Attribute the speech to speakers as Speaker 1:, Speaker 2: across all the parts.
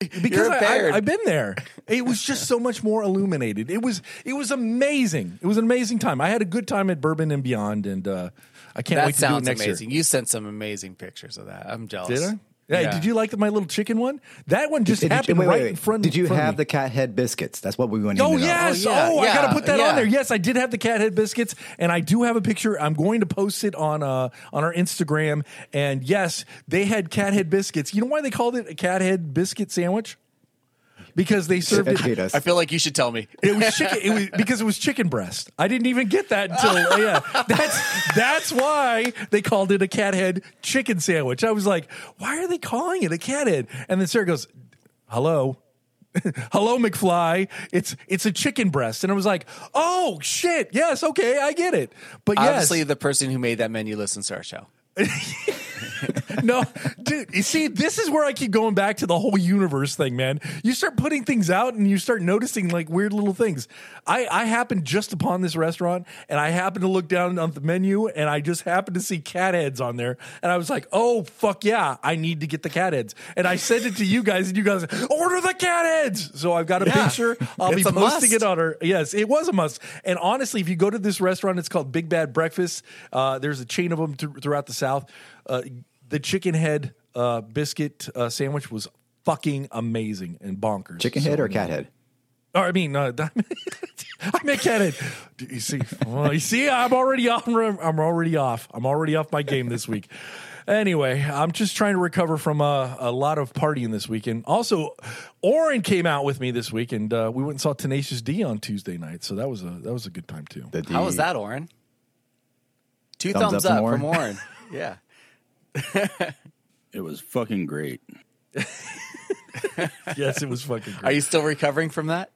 Speaker 1: You're
Speaker 2: because I,
Speaker 1: impaired.
Speaker 2: I, I've been there. It was just so much more illuminated. It was it was amazing. It was an amazing time. I had a good time at Bourbon and Beyond, and uh, I can't
Speaker 1: That
Speaker 2: wait to do it
Speaker 1: sounds
Speaker 2: next
Speaker 1: amazing.
Speaker 2: year.
Speaker 1: You sent some amazing pictures of that. I'm jealous.
Speaker 2: Did I? Hey,
Speaker 1: Yeah.
Speaker 2: did you like the, my little chicken one? That one just
Speaker 3: Did you-
Speaker 2: happened
Speaker 3: wait, wait,
Speaker 2: right
Speaker 3: wait.
Speaker 2: in front.
Speaker 3: Did you
Speaker 2: front of
Speaker 3: have
Speaker 2: me.
Speaker 3: the cat head biscuits? That's what we went.
Speaker 2: Oh
Speaker 3: into now.
Speaker 2: yes!
Speaker 1: Oh,
Speaker 2: Oh,
Speaker 1: yeah,
Speaker 2: I
Speaker 1: yeah,
Speaker 2: gotta put that
Speaker 1: yeah.
Speaker 2: on there. Yes, I did have the cathead biscuits, and I do have a picture. I'm going to post it on uh on our Instagram. And yes, they had cathead biscuits. You know why they called it a cathead biscuit sandwich? Because they served it.
Speaker 3: Oh, Educate us.
Speaker 1: I feel like you should tell me.
Speaker 2: It was chicken. It was because it was chicken breast. I didn't even get that until yeah. That's that's why they called it a cat head chicken sandwich. I was like, why are they calling it a cat head? And then Sarah goes, hello. Hello, McFly. It's it's a chicken breast, and I was like, "Oh shit! Yes, okay, I get it." But yes,
Speaker 1: Obviously, the person who made that menu listens to our show.
Speaker 2: no, dude. You see, this is where I keep going back to the whole universe thing, man. You start putting things out, and you start noticing like weird little things. I I happened just upon this restaurant, and I happened to look down on the menu, and I just happened to see cat heads on there, and I was like, oh fuck yeah, I need to get the cat heads, and I sent it to you guys, and you guys order the cat heads. So I've got a picture. I'll
Speaker 1: It's
Speaker 2: be
Speaker 1: a
Speaker 2: posting
Speaker 1: must.
Speaker 2: it on on our- yes it was a must and honestly if you go to this restaurant it's called big bad breakfast uh, there's a chain of them thr- throughout the south uh, the chicken head uh, biscuit uh, sandwich was fucking amazing and bonkers
Speaker 3: Chicken head or cat head?
Speaker 2: or i mean uh, i meant cat head Do you see well, you see i'm already off i'm already off i'm already off my game this week Anyway, I'm just trying to recover from a, a lot of partying this weekend. Also, Oren came out with me this week, and uh, we went and saw Tenacious D on Tuesday night, so that was a that was a good time too.
Speaker 3: The D.
Speaker 1: How was that, Oren? Two
Speaker 3: Thumbs
Speaker 1: thumbs,
Speaker 3: up
Speaker 1: up,
Speaker 3: from
Speaker 1: from Oren. yeah.
Speaker 4: It was fucking great.
Speaker 2: yes, it was fucking. Great.
Speaker 1: Are you still recovering from that?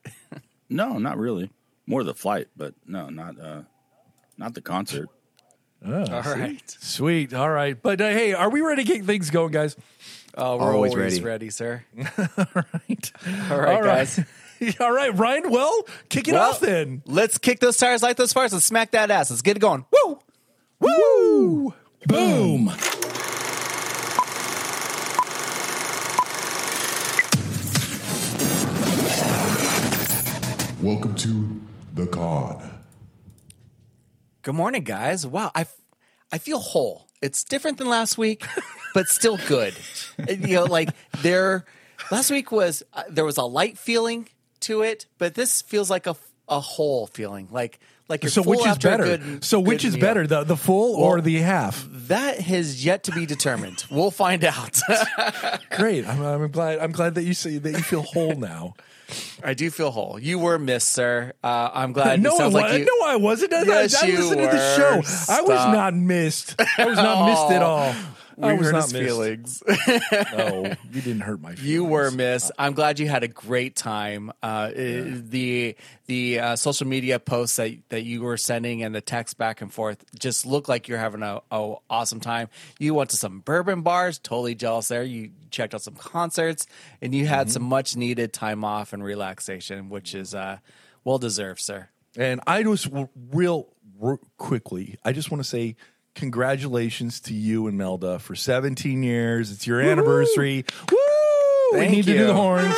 Speaker 4: No, not really. More the flight, but no, not uh, not the concert.
Speaker 1: All right.
Speaker 2: Oh, Sweet. All right. But uh, hey, are we ready to get things going, guys?
Speaker 1: Oh, we're
Speaker 3: Always
Speaker 1: always,
Speaker 3: ready.
Speaker 1: ready. sir.
Speaker 2: All right.
Speaker 1: All right, guys.
Speaker 2: All right, Ryan. Well, kick it
Speaker 1: Well,
Speaker 2: off then.
Speaker 1: Let's kick those tires, light those fires, and smack that ass. Let's get it going. Woo!
Speaker 2: Woo!
Speaker 4: Boom.
Speaker 5: Welcome to the con.
Speaker 1: Good morning, guys. Wow, I, f- I feel whole. It's different than last week, but still good. And, you know, like there, last week was uh, there was a light feeling to it, but this feels like a f- a whole feeling. Like like you're
Speaker 2: So
Speaker 1: full
Speaker 2: which is
Speaker 1: after a
Speaker 2: better?
Speaker 1: good-
Speaker 2: so which
Speaker 1: good
Speaker 2: is
Speaker 1: meal.
Speaker 2: better, the the full or the half?
Speaker 1: That has yet to be determined. we'll find out.
Speaker 2: Great. I'm, I'm glad. I'm glad that you see that you feel whole now.
Speaker 1: I do feel whole. You were missed, sir. Uh, I'm glad.
Speaker 2: No,
Speaker 1: it
Speaker 2: I
Speaker 1: sounds
Speaker 2: was.
Speaker 1: like you,
Speaker 2: no, I wasn't. I,
Speaker 1: Yes,
Speaker 2: I
Speaker 1: you
Speaker 2: listened to the
Speaker 1: were.
Speaker 2: show. I was
Speaker 1: Stop. Oh,
Speaker 2: not missed. I was not missed at all.
Speaker 1: we
Speaker 2: I was
Speaker 1: hurt
Speaker 2: not
Speaker 1: his
Speaker 2: missed.
Speaker 1: feelings.
Speaker 2: No, you didn't hurt my feelings.
Speaker 1: You were miss. I'm glad you had a great time. Uh, i- The the uh, social media posts that, that you were sending and the text back and forth just look like you're having a, a awesome time. You went to some bourbon bars. Totally jealous there. You checked out some concerts and you
Speaker 2: Mm-hmm.
Speaker 1: had some much needed time off and relaxation, which is uh, well deserved, sir.
Speaker 2: And I just w- real r- quickly, I just want to say congratulations to you and Melda for 17 years. It's your anniversary. Woo!
Speaker 1: Thank
Speaker 2: we need to do
Speaker 1: you.
Speaker 2: the horns. Horns.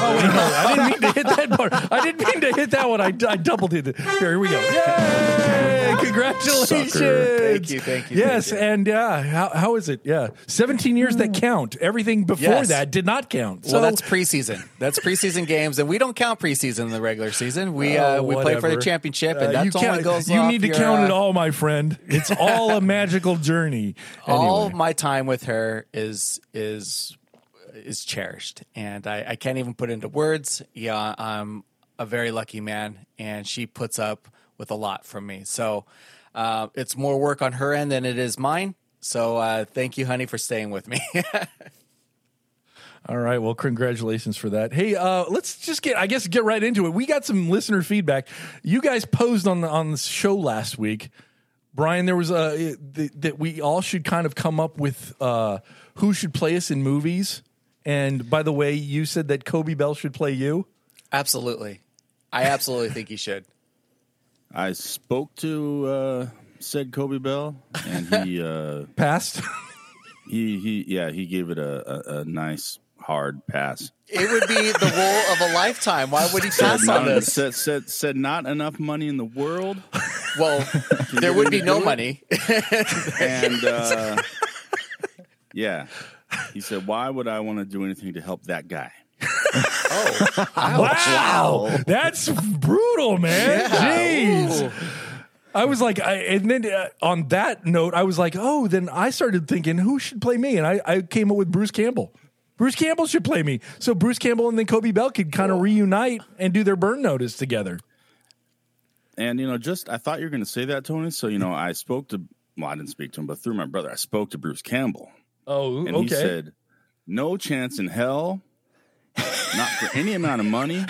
Speaker 2: Oh, wait, no, I didn't mean to hit that part. I didn't mean to hit that one. I, d- I double did it. Here, here we go. Yay! Congratulations.
Speaker 4: Sucker.
Speaker 1: Thank you, thank you,
Speaker 2: Yes,
Speaker 1: thank you. Mm.
Speaker 2: and yeah, how, how is it? Yeah, 17 years that count. Everything before
Speaker 1: Yes.
Speaker 2: that did not count. So
Speaker 1: well, that's preseason. That's preseason games, and we don't count preseason in the regular season. We uh,
Speaker 2: Oh,
Speaker 1: we play for the
Speaker 2: whatever.
Speaker 1: championship, and
Speaker 2: Uh,
Speaker 1: that's
Speaker 2: you
Speaker 1: only
Speaker 2: count-
Speaker 1: goes.
Speaker 2: You
Speaker 1: off
Speaker 2: need to
Speaker 1: your,
Speaker 2: count
Speaker 1: uh,
Speaker 2: it all, my friend. It's all a magical journey.
Speaker 1: all
Speaker 2: Anyway.
Speaker 1: my time with her is is is cherished and I, I can't even put into words yeah i'm a very lucky man and she puts up with a lot from me so uh, it's more work on her end than it is mine so uh, thank you honey for staying with me
Speaker 2: All right. Well, congratulations for that. Hey, uh, let's just get, I guess, get right into it. We got some listener feedback. You guys posed on the on the show last week, Brian. There was a eh, th- that we all should kind of come up with uh, who should play us in movies. And by the way, you said that Kobe Bell should play you.
Speaker 1: absolutely i absolutely think you should
Speaker 4: I spoke to uh, said Kobe Bell, and he uh,
Speaker 2: Passed.
Speaker 4: he he yeah he gave it a, a, a nice hard pass.
Speaker 1: It would be the role of a lifetime. Why would he pass
Speaker 4: Not
Speaker 1: on
Speaker 4: en-
Speaker 1: this?
Speaker 4: said, said, said not enough money in the world,
Speaker 1: Well, there would be no money.
Speaker 4: and uh, yeah, he said, "Why would I want to do anything to help that guy?"
Speaker 2: Oh, Wow, that's brutal, man. Jeez. I was like, I, and then uh, on that note, I was like, oh, then I started thinking who should play me, and I, I came up with Bruce Campbell. Bruce Campbell should play me, so Bruce Campbell and then Kobe Bell could kind of reunite and do their burn notice together.
Speaker 4: And you know, just I thought you were going to say that, Tony. So you know, I spoke to well, I didn't speak to him, but through my brother, I spoke to Bruce Campbell,
Speaker 2: Oh,
Speaker 4: and he said, "No chance in hell, not for any amount of money,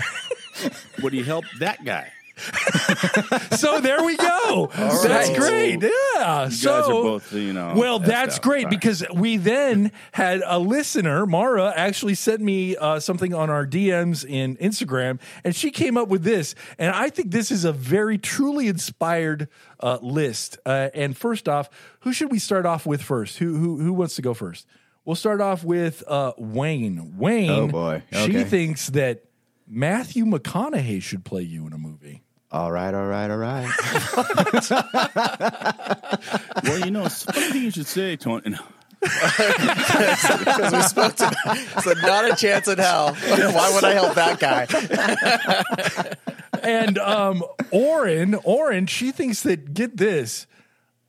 Speaker 4: would he help that guy."
Speaker 2: so there we go. that's
Speaker 1: right.
Speaker 2: great. Yeah.
Speaker 4: You
Speaker 2: so
Speaker 4: guys are both, you know.
Speaker 2: Well,
Speaker 4: effed
Speaker 2: that's
Speaker 4: up.
Speaker 2: great
Speaker 4: Sorry.
Speaker 2: because we then had a listener, Mara, actually sent me uh, something on our DMs in Instagram, and she came up with this. And I think this is a very truly inspired uh, list. Uh, and first off, who should we start off with first? Who who who wants to go first? We'll start off with uh, Wayne. Wayne.
Speaker 3: Oh, boy.
Speaker 2: She
Speaker 3: Okay.
Speaker 2: thinks that Matthew McConaughey should play you in a movie.
Speaker 3: All right, all right, all right.
Speaker 4: well, you know, it's something you should say, Tony. No.
Speaker 1: Because we spoke to So not a chance in hell. Why would I help that guy?
Speaker 2: and um Orin, Orin, she thinks that get this.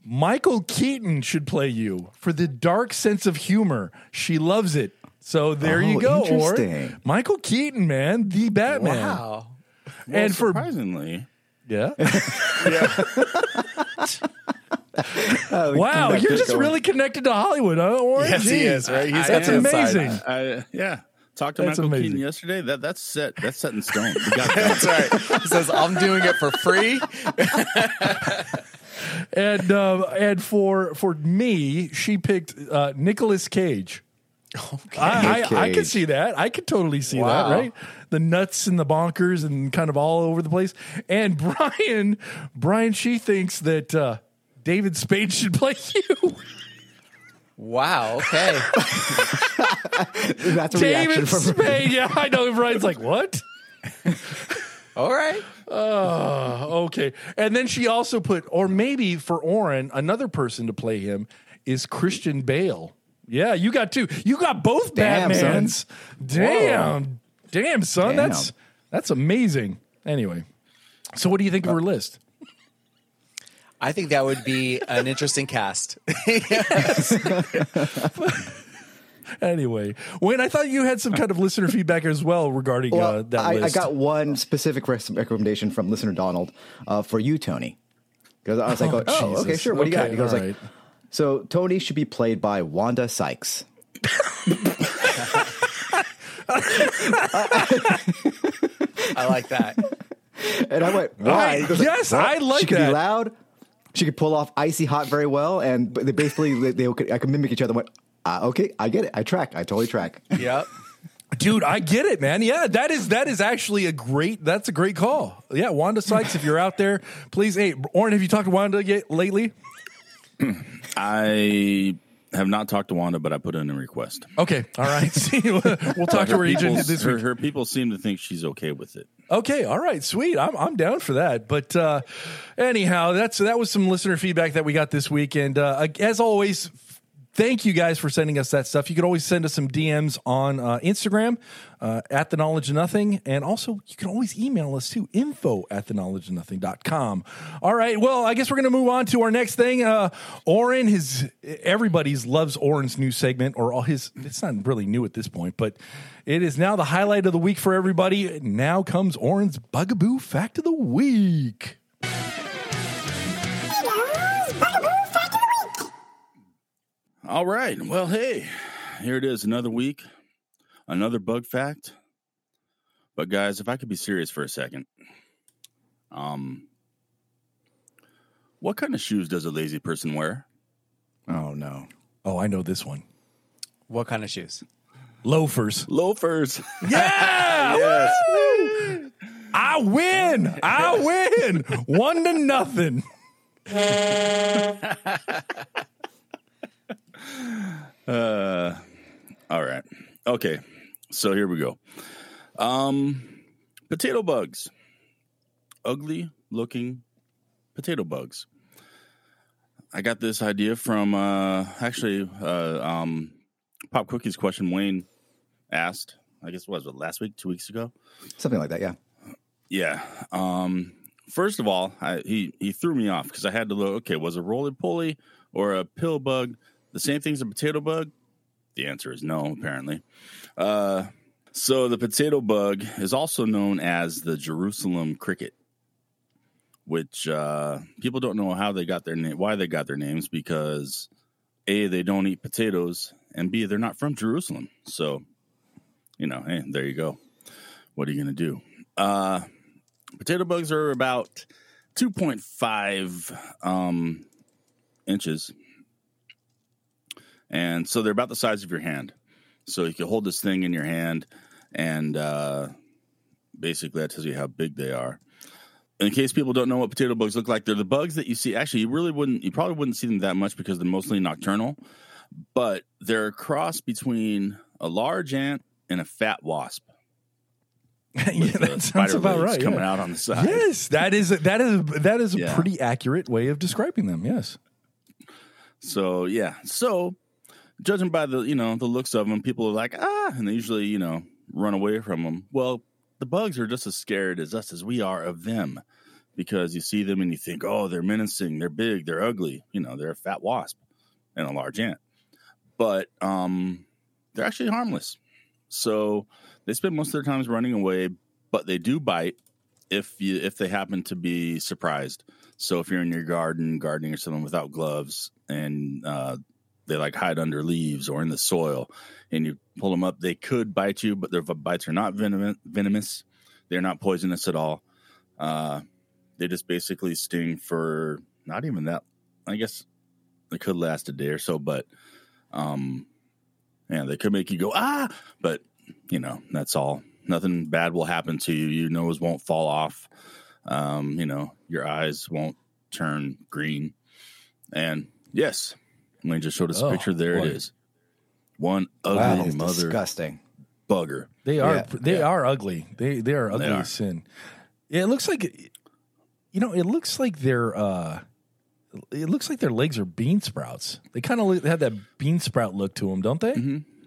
Speaker 2: Michael Keaton should play you for the dark sense of humor. She loves it. So there you
Speaker 3: Oh,
Speaker 2: go,
Speaker 3: interesting.
Speaker 2: Orin. Michael Keaton, man, the Batman.
Speaker 1: Wow.
Speaker 4: Well,
Speaker 2: and for
Speaker 4: surprisingly,
Speaker 2: yeah. wow, you're just really connected to Hollywood, huh, Orin?
Speaker 1: Yes, he
Speaker 2: Jeez.
Speaker 1: is, right? He's
Speaker 2: That's
Speaker 1: got the inside.
Speaker 2: amazing.
Speaker 4: I, yeah, talked to
Speaker 2: That's
Speaker 4: Michael
Speaker 2: amazing.
Speaker 4: Keaton yesterday. That that's set. That's set in stone. We got that.
Speaker 1: That's right. He says, I'm doing it for free.
Speaker 2: And um, and for for me, she picked uh, Nicolas Cage. Okay. I, I, I could
Speaker 3: Cage.
Speaker 2: see that. I could totally see
Speaker 1: Wow.
Speaker 2: that. Right, the nuts and the bonkers and kind of all over the place. And Brian, Brian, she thinks that uh, David Spade should play you.
Speaker 1: Wow. Okay.
Speaker 3: That's a reaction
Speaker 2: David
Speaker 3: from
Speaker 2: Spade. Yeah, I know. Brian's like, what?
Speaker 1: All right.
Speaker 2: Oh, okay. And then she also put, or maybe for Oren, another person to play him is Christian Bale. Yeah, you got two. You got both
Speaker 3: Damn, son.
Speaker 2: Batmans. Damn, damn, son.
Speaker 3: Damn.
Speaker 2: That's that's amazing. Anyway, so what do you think of her list?
Speaker 1: I think that would be an interesting cast.
Speaker 2: Anyway, Wayne, I thought you had some kind of listener feedback as well regarding uh,
Speaker 3: Well,
Speaker 2: that
Speaker 3: I, I
Speaker 2: list.
Speaker 3: got one specific res- recommendation from listener Donald uh, for you, Tony. Because I was like, oh,
Speaker 2: Jesus.
Speaker 3: okay, sure. What do you got?
Speaker 2: Okay,
Speaker 3: He goes
Speaker 2: all
Speaker 3: like,
Speaker 2: right.
Speaker 3: so Tony should be played by Wanda Sykes.
Speaker 1: I like that.
Speaker 3: And I went,
Speaker 2: I-
Speaker 3: why? He goes
Speaker 2: yes, I like
Speaker 3: She could
Speaker 2: that.
Speaker 3: be loud. She could pull off icy hot very well, and but they basically they, they could, I could mimic each other. I went, ah, okay, I get it. I track. I totally track.
Speaker 1: Yep.
Speaker 2: Dude, I get it, man. Yeah, that is that is actually a great that's a great call. Yeah, Wanda Sykes, if you're out there, please. Hey, Oren, have you talked to Wanda yet lately?
Speaker 4: I have not talked to Wanda, but I put in a request.
Speaker 2: Okay, all right. See, we'll talk to her agent
Speaker 4: People's-
Speaker 2: this
Speaker 4: her,
Speaker 2: week.
Speaker 4: her people seem to think she's okay with it.
Speaker 2: Okay, all right, sweet. I'm I'm down for that. But uh, anyhow, that's that was some listener feedback that we got this week, and uh, as always. Thank you guys for sending us that stuff. You can always send us some DMs on uh, Instagram uh, at the knowledge of nothing. And also, you can always email us to info at the knowledge of nothing.com. All right. Well, I guess we're going to move on to our next thing. Uh, Oren, his everybody's loves Oren's new segment, or all his. It's not really new at this point, but it is now the highlight of the week for everybody. Now comes Oren's bugaboo fact of the week.
Speaker 4: All right. Well, hey, here it is. Another week, another bug fact. But guys, if I could be serious for a second, um, what kind of shoes does a lazy person wear?
Speaker 3: Oh no.
Speaker 2: Oh, I know this one.
Speaker 1: What kind of shoes?
Speaker 2: Loafers.
Speaker 4: Loafers.
Speaker 2: Yeah!
Speaker 4: yes.
Speaker 2: I win. I win. One to nothing.
Speaker 4: All right. Okay. So here we go. Um, potato bugs, ugly looking potato bugs. I got this idea from uh, actually uh, um, Pop Cookie's question Wayne asked. I guess it was what, last week, two weeks ago.
Speaker 3: Something like that, yeah.
Speaker 4: Yeah. Um, first of all, I, he he threw me off because I had to look. Okay, was a roly poly or a pill bug the same thing as a potato bug? The answer is no, apparently. Uh, so the potato bug is also known as the Jerusalem cricket, which uh, people don't know how they got their name, why they got their names, because a they don't eat potatoes, and b they're not from Jerusalem. So, you know, hey, there you go. What are you gonna do? Uh, potato bugs are about 2.5 um, inches and so they're about the size of your hand so you can hold this thing in your hand and uh, basically that tells you how big they are in case people don't know what potato bugs look like they're the bugs that you see actually you really wouldn't you probably wouldn't see them that much because they're mostly nocturnal but they're a cross between a large ant and a fat wasp
Speaker 2: yeah,
Speaker 4: with the
Speaker 2: that sounds
Speaker 4: spider
Speaker 2: about
Speaker 4: legs
Speaker 2: right.
Speaker 4: coming
Speaker 2: yeah.
Speaker 4: out on the side
Speaker 2: Yes, that is a, that is a, that is a
Speaker 4: Yeah.
Speaker 2: pretty accurate way of describing them. Yes.
Speaker 4: So yeah, so judging by the you know the looks of them, people are like ah, and they usually you know run away from them. Well, the bugs are just as scared as us as we are of them, because you see them and you think oh they're menacing, they're big, they're ugly, you know they're a fat wasp and a large ant, but um they're actually harmless. So they spend most of their times running away, but they do bite if you if they happen to be surprised. So if you're in your garden gardening or something without gloves and uh, they like hide under leaves or in the soil and you pull them up, they could bite you, but their v- bites are not venom- venomous. They're not poisonous at all. Uh, they just basically sting for not even that. I guess they could last a day or so, but um, yeah, they could make you go ah, but you know that's all. Nothing bad will happen to you. Your nose won't fall off um, you know, your eyes won't turn green. And yes, Wayne just showed us a
Speaker 2: Oh,
Speaker 4: picture. There
Speaker 2: boy.
Speaker 4: it is. One
Speaker 3: That
Speaker 4: ugly
Speaker 3: is
Speaker 4: mother
Speaker 3: disgusting.
Speaker 4: bugger.
Speaker 2: They are
Speaker 3: Yeah,
Speaker 2: they are ugly. They they are ugly
Speaker 4: are.
Speaker 2: as sin. Yeah, it looks like you know, it looks like their uh it looks like their legs are bean sprouts. They kind of have that bean sprout look to them, don't they?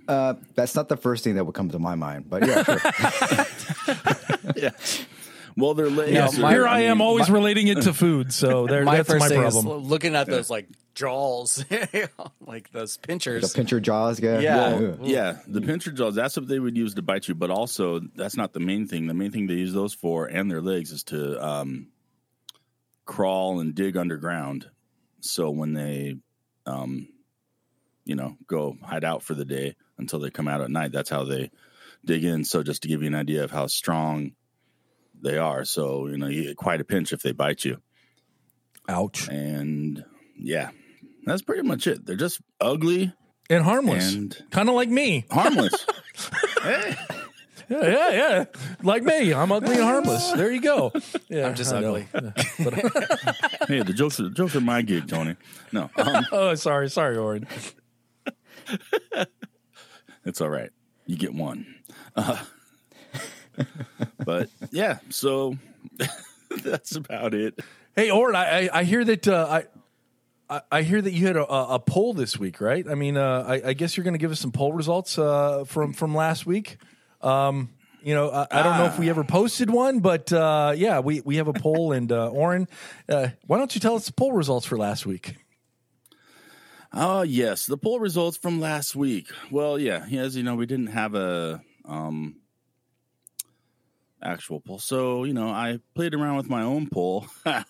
Speaker 3: Uh, that's not the first thing that would come to my mind, but yeah, sure.
Speaker 4: Yeah. Well, their legs.
Speaker 1: Now,
Speaker 4: are-
Speaker 1: my-
Speaker 2: Here I, am
Speaker 4: mean,
Speaker 2: always relating it to food, so there,
Speaker 1: my
Speaker 2: that's
Speaker 1: first
Speaker 2: my
Speaker 1: thing
Speaker 2: problem.
Speaker 1: is looking at those like jaws, like those
Speaker 3: the
Speaker 1: pinchers.
Speaker 3: pincher jaws, yeah.
Speaker 1: Yeah.
Speaker 3: Ugh.
Speaker 4: Yeah, the pincher jaws. That's what they would use to bite you. But also, that's not the main thing. The main thing they use those for and their legs is to um, crawl and dig underground. So when they, um, you know, go hide out for the day until they come out at night, that's how they dig in. So just to give you an idea of how strong they are. So you know, you get quite a pinch if they bite you.
Speaker 2: Ouch.
Speaker 4: And yeah, that's pretty much it. They're just ugly
Speaker 2: And harmless.
Speaker 4: and
Speaker 2: Kind of like me.
Speaker 4: harmless. hey.
Speaker 2: Yeah, yeah, yeah. Like me. I'm ugly and harmless. There you go. Yeah,
Speaker 1: I'm just
Speaker 2: I know.
Speaker 1: ugly.
Speaker 4: Hey, the jokes are the jokes are my gig, Tony. No, um,
Speaker 2: Oh, sorry, sorry, Orin.
Speaker 4: it's all right. You get one. Uh, but yeah, so that's about it.
Speaker 2: Hey, Orin, I, I, I hear that uh, I. I- I hear that you had a, a a poll this week, right? I mean, uh, I, I guess you're going to give us some poll results uh, from from last week. Um, you know, I, I don't know if we ever posted one, but uh, yeah, we, we have a poll. And uh, Oren, uh, why don't you tell us the poll results for last week?
Speaker 4: Oh yes, the poll results from last week. Well, yeah, as you know, we didn't have a um, actual poll, so you know, I played around with my own poll.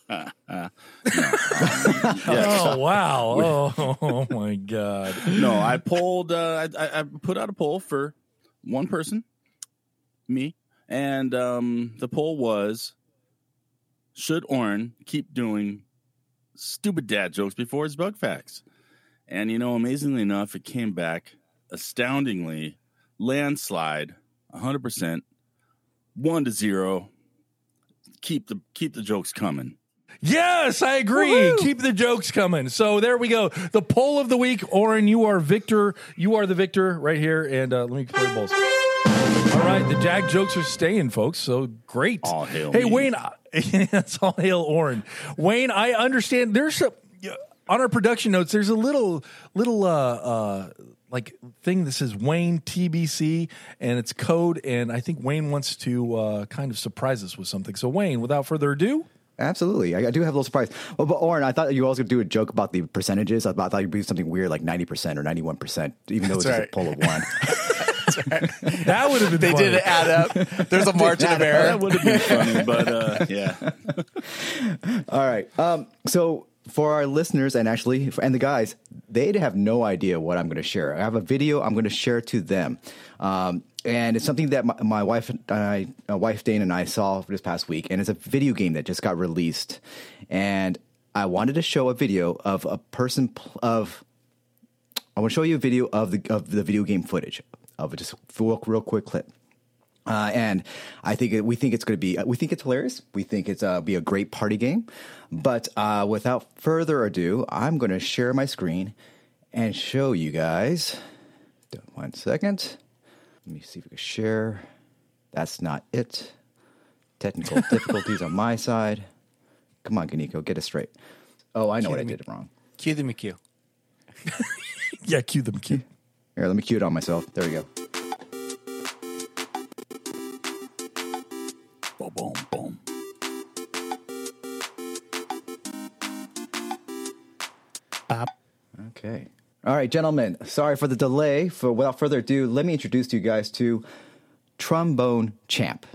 Speaker 4: No, um, yes.
Speaker 2: Oh wow! Oh, oh my god!
Speaker 4: no, I polled. Uh, I- I, I put out a poll for one person, me, and um, the poll was: Should Oren keep doing stupid dad jokes before his bug facts? And you know, amazingly enough, it came back astoundingly landslide, hundred percent, one to zero. Keep the keep the jokes coming.
Speaker 2: Yes, I agree. Keep the jokes coming. So there we go. The poll of the week, Oren, you are victor. You are the victor right here. And uh, let me play the bowls. right, the Jack jokes are staying, folks. So great.
Speaker 4: All hail
Speaker 2: hey,
Speaker 4: me.
Speaker 2: Wayne. I- That's all hail Orin. Wayne, I understand. There's a, on our production notes. There's a little little uh, uh, like thing that says Wayne TBC, and it's code. And I think Wayne wants to uh, kind of surprise us with something. So Wayne, without further ado,
Speaker 3: Absolutely. I, I do have a little surprise. Oh, but Oren, I thought you were also going to do a joke about the percentages. I thought, I thought you'd do something weird like 90% or 91%, even though it's just
Speaker 1: right.
Speaker 3: a poll of one.
Speaker 2: that would have been.
Speaker 1: They
Speaker 2: funny.
Speaker 1: didn't add up. There's a margin of error.
Speaker 4: That would have been funny, but uh, yeah.
Speaker 3: All right. Um, so for our listeners and actually and the guys, they'd have no idea what I'm going to share. I have a video I'm going to share to them, um, and it's something that my, my wife and I, uh, wife Dane and I saw this past week, and it's a video game that just got released, and I wanted to show a video of a person pl- of. I want to show you a video of the of the video game footage of just a real, real quick clip. Uh, and I think it, we think it's going to be we think it's hilarious. We think it's uh, be a great party game. But uh, without further ado, I'm going to share my screen and show you guys. One second. Let me see if we can share. That's not it. Technical difficulties on my side. Come on, Ganiko, get it straight. Oh, I know what I did wrong.
Speaker 1: Cue the McCue.
Speaker 2: Yeah, cue them. Cue.
Speaker 3: Here, let me cue it on myself. There we go.
Speaker 4: Boom, boom, boom.
Speaker 3: Okay. All right, gentlemen. Sorry for the delay. For without further ado, let me introduce you guys to Trombone Champ.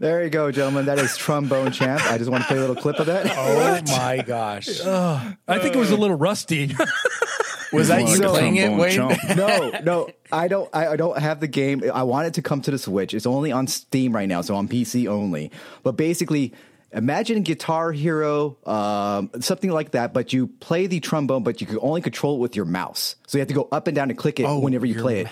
Speaker 3: There you go, gentlemen. That is Trombone Champ. I just want to play a little clip of that.
Speaker 1: Oh my gosh.
Speaker 2: I think it was a little rusty.
Speaker 1: Was that you
Speaker 3: So-
Speaker 1: playing it,
Speaker 4: Trombone
Speaker 1: Wayne?
Speaker 4: chump.
Speaker 3: No, no, I don't. I, I don't have the game. I want it to come to the Switch. It's only on Steam right now, so on PC only. But basically, imagine Guitar Hero, um, something like that. But you play the trombone, but you can only control it with your mouse. So you have to go up and down and click it whenever you play it.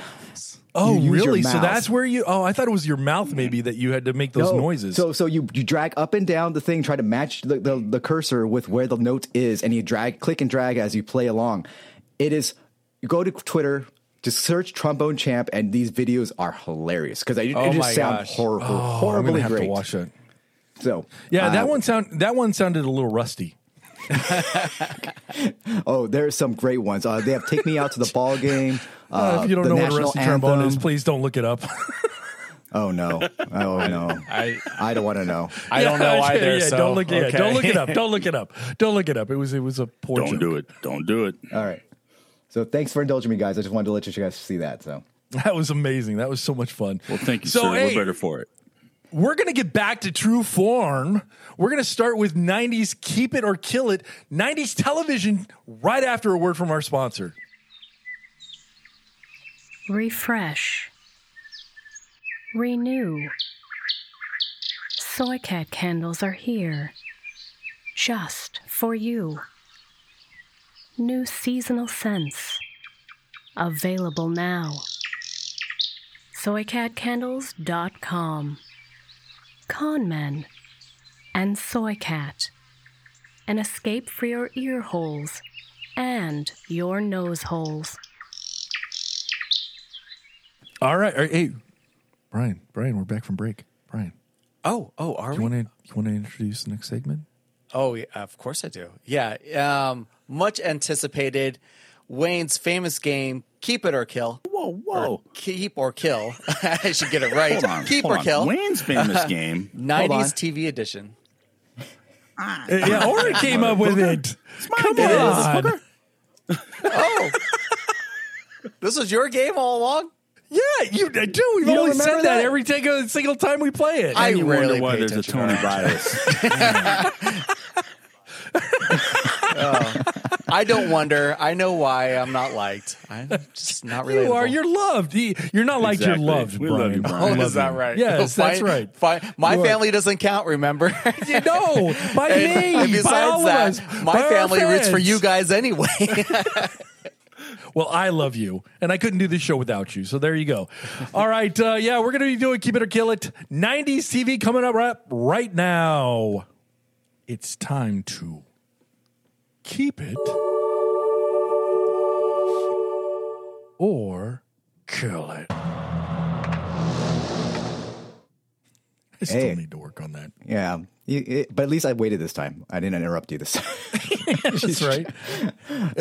Speaker 2: Oh,
Speaker 3: You use your
Speaker 2: really? So
Speaker 3: mouth.
Speaker 2: that's where you? Oh, I thought it was your mouth maybe that you had to make those
Speaker 3: No.
Speaker 2: noises.
Speaker 3: So so you you drag up and down the thing, try to match the, the, the cursor with where the note is, and you drag, click and drag as you play along. It is you go to Twitter. Just search trombone champ, and these videos are hilarious because they
Speaker 1: Oh
Speaker 3: it
Speaker 1: my
Speaker 3: just sound
Speaker 1: gosh.
Speaker 3: horrible,
Speaker 2: Oh, I'm
Speaker 3: horribly
Speaker 2: gonna have
Speaker 3: great.
Speaker 2: to watch it.
Speaker 3: So
Speaker 2: Yeah,
Speaker 3: uh,
Speaker 2: that one sound that one sounded a little rusty.
Speaker 3: Oh, there's some great ones. Uh, they have take me out to the ball game.
Speaker 2: Uh,
Speaker 3: Uh,
Speaker 2: if you don't
Speaker 3: the
Speaker 2: know what a
Speaker 3: national
Speaker 2: rusty trombone is,
Speaker 3: anthem.
Speaker 2: please don't look it up.
Speaker 3: oh no, oh no,
Speaker 1: I
Speaker 3: I don't want to know.
Speaker 1: I don't know
Speaker 2: Yeah,
Speaker 1: either.
Speaker 2: yeah,
Speaker 1: so
Speaker 2: don't look it.
Speaker 1: okay.
Speaker 2: Don't look it up. Don't look it up. Don't look it up. It was it was a poor
Speaker 4: Don't
Speaker 2: joke.
Speaker 4: do it. Don't do it.
Speaker 3: All right. So thanks for indulging me, guys. I just wanted to let you guys see that. So.
Speaker 2: That was amazing. That was so much fun.
Speaker 4: Well, thank you,
Speaker 2: so,
Speaker 4: sir.
Speaker 2: hey,
Speaker 4: We're better for it.
Speaker 2: We're going to get back to true form. We're going to start with 90s Keep It or Kill It, 90s television, right after a word from our sponsor.
Speaker 6: refresh, renew. Soy cat candles are here, just for you. New seasonal scents, available now. Soycatcandles.com. Conmen and Soy Cat. An escape for your ear holes and your nose holes.
Speaker 2: All right. All right, Hey, Brian, Brian, we're back from break. Brian,
Speaker 1: Oh, oh, are
Speaker 2: you
Speaker 1: we?
Speaker 2: want to you want to introduce the next segment?
Speaker 1: Oh, yeah, of course I do. Yeah. Um, much anticipated Wayne's famous game, Keep It or Kill.
Speaker 4: Whoa, whoa.
Speaker 1: Keep or Kill. I should get it right.
Speaker 4: Hold on.
Speaker 1: Keep
Speaker 4: hold
Speaker 1: or
Speaker 4: on.
Speaker 1: Kill.
Speaker 4: Wayne's famous game.
Speaker 1: 90s
Speaker 3: on.
Speaker 1: TV edition.
Speaker 2: Uh, yeah, Orin came up with it.
Speaker 4: Come
Speaker 2: on.
Speaker 1: Oh. This was your game all along.
Speaker 2: Yeah, you I do. We've
Speaker 3: You don't
Speaker 2: only said
Speaker 3: remember
Speaker 2: that,
Speaker 3: that?
Speaker 2: every take- uh, single time we play it.
Speaker 1: I
Speaker 4: you wonder
Speaker 1: rarely
Speaker 4: why
Speaker 1: pay
Speaker 4: there's a
Speaker 1: attention.
Speaker 4: Tony bias.
Speaker 1: I don't wonder. I know why I'm not liked. I'm just not really.
Speaker 2: you are. You're loved. You- You're not like
Speaker 4: Exactly.
Speaker 2: you're loved,
Speaker 4: We love
Speaker 2: Brian.
Speaker 4: you, Brian.
Speaker 1: Oh,
Speaker 4: I
Speaker 1: is
Speaker 4: love
Speaker 1: that
Speaker 4: you.
Speaker 1: right?
Speaker 2: Yes,
Speaker 1: Fine-
Speaker 2: that's right.
Speaker 1: fine. My
Speaker 2: You are.
Speaker 1: family doesn't count. Remember.
Speaker 2: You know, by me,
Speaker 1: And
Speaker 2: by all
Speaker 1: besides
Speaker 2: of
Speaker 1: that,
Speaker 2: us, by
Speaker 1: my
Speaker 2: our
Speaker 1: family roots for
Speaker 2: fans.
Speaker 1: you guys anyway.
Speaker 2: Well, I love you, and I couldn't do this show without you. So there you go. All right, uh, yeah, we're gonna be doing Keep It or Kill It '90s TV coming up right, right now. It's time to keep it or kill it. I still
Speaker 3: Hey.
Speaker 2: need to work on that.
Speaker 3: Yeah. You- it- but at least I waited this time. I didn't interrupt you this time.
Speaker 2: That's right.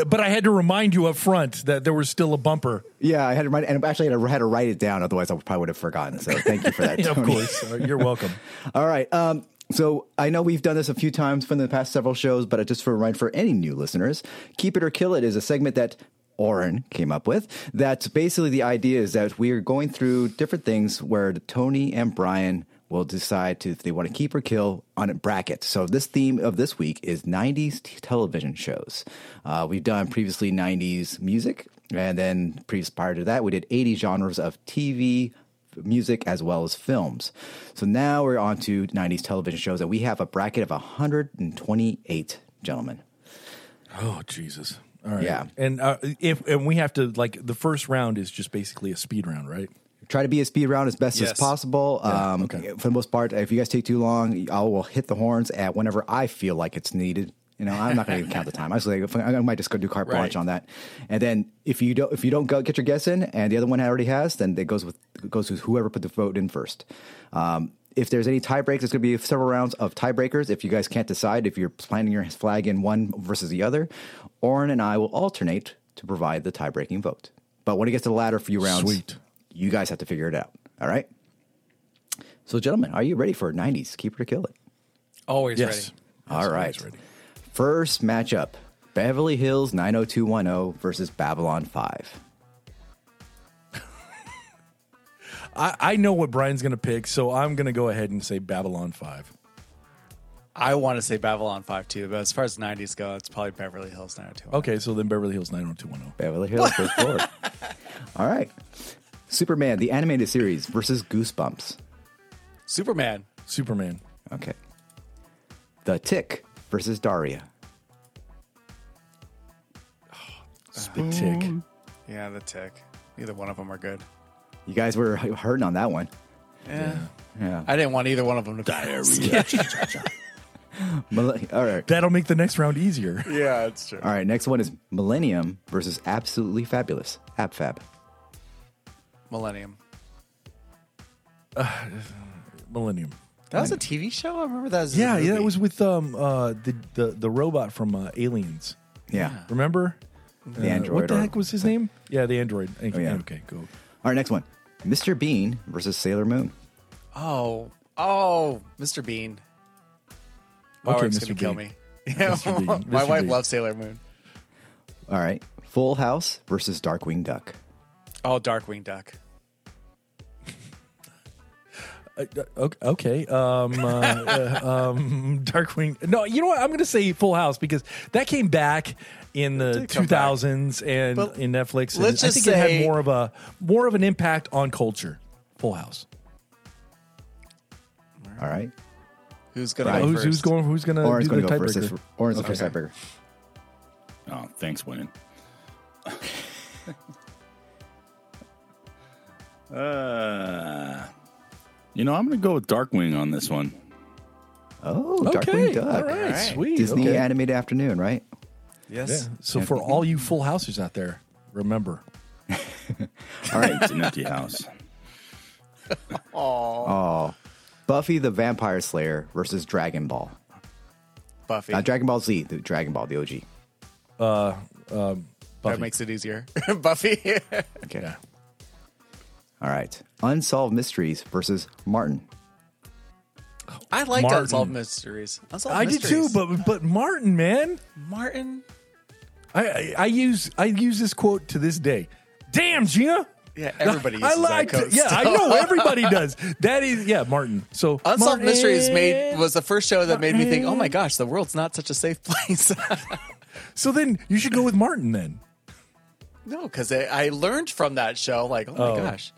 Speaker 2: but I had to remind you up front that there was still a bumper.
Speaker 3: yeah, I had to write, and actually I had to, had to write it down. Otherwise, I probably would have forgotten. So thank you for that.
Speaker 2: of
Speaker 3: Tony.
Speaker 2: course. Uh, You're welcome.
Speaker 3: All right. Um, so I know we've done this a few times from the past several shows, but just for a reminder for any new listeners, Keep It or Kill It is a segment that Oren came up with. That's basically the idea is that we are going through different things where Tony and Brian will decide to if they want to keep or kill on a bracket. So this theme of this week is 90s t- television shows. Uh, we've done previously 90s music, and then previous prior to that, we did 80 genres of TV, music as well as films. So now we're on to 90s television shows, and we have a bracket of 128 gentlemen.
Speaker 2: Oh Jesus! All right.
Speaker 3: Yeah.
Speaker 2: and uh, if and we have to like the first round is just basically a speed round, right?
Speaker 3: Try to be as speed round as best as
Speaker 1: Yes.
Speaker 3: possible. um,
Speaker 2: okay.
Speaker 3: For the most part, if you guys take too long, I will hit the horns at whenever I feel like it's needed. You know, I'm not going to even count the time. I was like, if- I might just go do carte blanche
Speaker 1: Right.
Speaker 3: on that. And then if you don't, if you don't go get your guess in, and the other one already has, then it goes with goes with whoever put the vote in first. Um, if there's any tie breaks, there's going to be several rounds of tiebreakers. If you guys can't decide if you're planting your flag in one versus the other, Oren and I will alternate to provide the tie breaking vote. But when it gets to the latter few rounds,
Speaker 2: Sweet.
Speaker 3: you guys have to figure it out. All right. So, gentlemen, are you ready for 90s Keep it or Kill It?
Speaker 1: Always
Speaker 2: Yes.
Speaker 3: All right.
Speaker 2: always ready.
Speaker 3: First matchup Beverly Hills 90210 versus Babylon 5.
Speaker 2: I, I know what Brian's going to pick, so I'm going to go ahead and say Babylon Five.
Speaker 1: I want to say Babylon 5 too, but as far as 90s go, it's probably Beverly Hills 90210.
Speaker 2: Okay, so then Beverly Hills 90210.
Speaker 3: Beverly Hills goes forward. All right. Superman, the animated series versus Goosebumps.
Speaker 1: Superman,
Speaker 2: Superman,
Speaker 3: Okay. The Tick versus Daria.
Speaker 2: The Tick.
Speaker 1: yeah, the tick. Either one of them are good.
Speaker 3: You guys were hurting on that one. Yeah.
Speaker 1: I didn't want either one of them to diarrhea.
Speaker 3: Mil- All right.
Speaker 2: That'll make the next round easier.
Speaker 1: yeah, it's true.
Speaker 3: All right. Next one is Millennium versus Absolutely Fabulous. AbFab.
Speaker 1: Millennium.
Speaker 2: Millennium.
Speaker 1: That was a TV show. I remember that. As
Speaker 2: Yeah,
Speaker 1: a
Speaker 2: yeah, it
Speaker 1: movie.
Speaker 2: was with um uh the the, the robot from uh, Aliens.
Speaker 3: Yeah.
Speaker 2: Remember?
Speaker 3: The
Speaker 2: Uh,
Speaker 3: Android.
Speaker 2: what the
Speaker 3: or-
Speaker 2: heck was his name? Oh, Yeah, the Android. Okay,
Speaker 3: yeah.
Speaker 2: okay, cool.
Speaker 3: All right, next one. Mr. Bean versus Sailor Moon.
Speaker 1: Oh, oh, Mr. Bean. My
Speaker 2: Okay,
Speaker 1: wife's
Speaker 2: Mr.
Speaker 1: gonna kill
Speaker 2: Bean.
Speaker 1: me. Yeah,
Speaker 2: Mr. Bean.
Speaker 1: my
Speaker 2: Mr.
Speaker 1: wife
Speaker 2: Bean.
Speaker 1: loves Sailor Moon.
Speaker 3: All right. Full House versus Darkwing Duck.
Speaker 1: Oh, Darkwing Duck.
Speaker 2: O- Okay. Um, uh, uh, um, Darkwing. No, you know what? I'm going to say Full House because that came back in the
Speaker 1: did come
Speaker 2: 2000s and
Speaker 1: But
Speaker 2: in Netflix. And
Speaker 1: let's
Speaker 2: I
Speaker 1: just
Speaker 2: think it
Speaker 1: say-
Speaker 2: had more of a more of an impact on culture. Full House.
Speaker 3: All right.
Speaker 1: Oh, Who's gonna
Speaker 3: Right.
Speaker 1: go
Speaker 2: who's,
Speaker 1: first?
Speaker 2: who's going? Who's going to
Speaker 3: Orange
Speaker 2: Uh, do
Speaker 3: going
Speaker 2: the
Speaker 3: to go first.
Speaker 2: tiebreaker?
Speaker 3: It's- Orange the first
Speaker 1: Okay.
Speaker 3: tiebreaker.
Speaker 4: oh, thanks, Wayne. uh, you know, I'm going to go with Darkwing on this one.
Speaker 3: Oh,
Speaker 2: Okay.
Speaker 3: Darkwing Duck.
Speaker 2: All right. Sweet.
Speaker 3: Disney
Speaker 2: okay.
Speaker 3: animated afternoon, right?
Speaker 2: Yeah.
Speaker 1: Yes.
Speaker 2: So for all you Full Housers out there, remember.
Speaker 4: All right, it's an empty house.
Speaker 3: Oh. Buffy the Vampire Slayer versus Dragon Ball.
Speaker 1: Buffy.
Speaker 3: Not Dragon Ball Z, the Dragon Ball, the OG.
Speaker 1: That makes it easier. Buffy.
Speaker 3: Okay.
Speaker 2: Yeah.
Speaker 3: All right. Unsolved Mysteries versus Martin.
Speaker 1: I liked
Speaker 2: Martin.
Speaker 1: Unsolved Mysteries. Unsolved
Speaker 2: I did
Speaker 1: Mysteries.
Speaker 2: too, but but Martin, man,
Speaker 1: Martin.
Speaker 2: I, I I use I use this quote to this day. Damn, Gina.
Speaker 1: Yeah, everybody
Speaker 2: I
Speaker 1: uses
Speaker 2: like.
Speaker 1: that code.
Speaker 2: Yeah, I know everybody does. That is, yeah, Martin. So
Speaker 1: Unsolved
Speaker 2: Martin.
Speaker 1: Mysteries made was the first show that made me think, oh my gosh, the world's not such a safe place.
Speaker 2: So then you should go with Martin then.
Speaker 1: no, because I, I learned from that show, like, oh my
Speaker 2: Oh.
Speaker 1: gosh,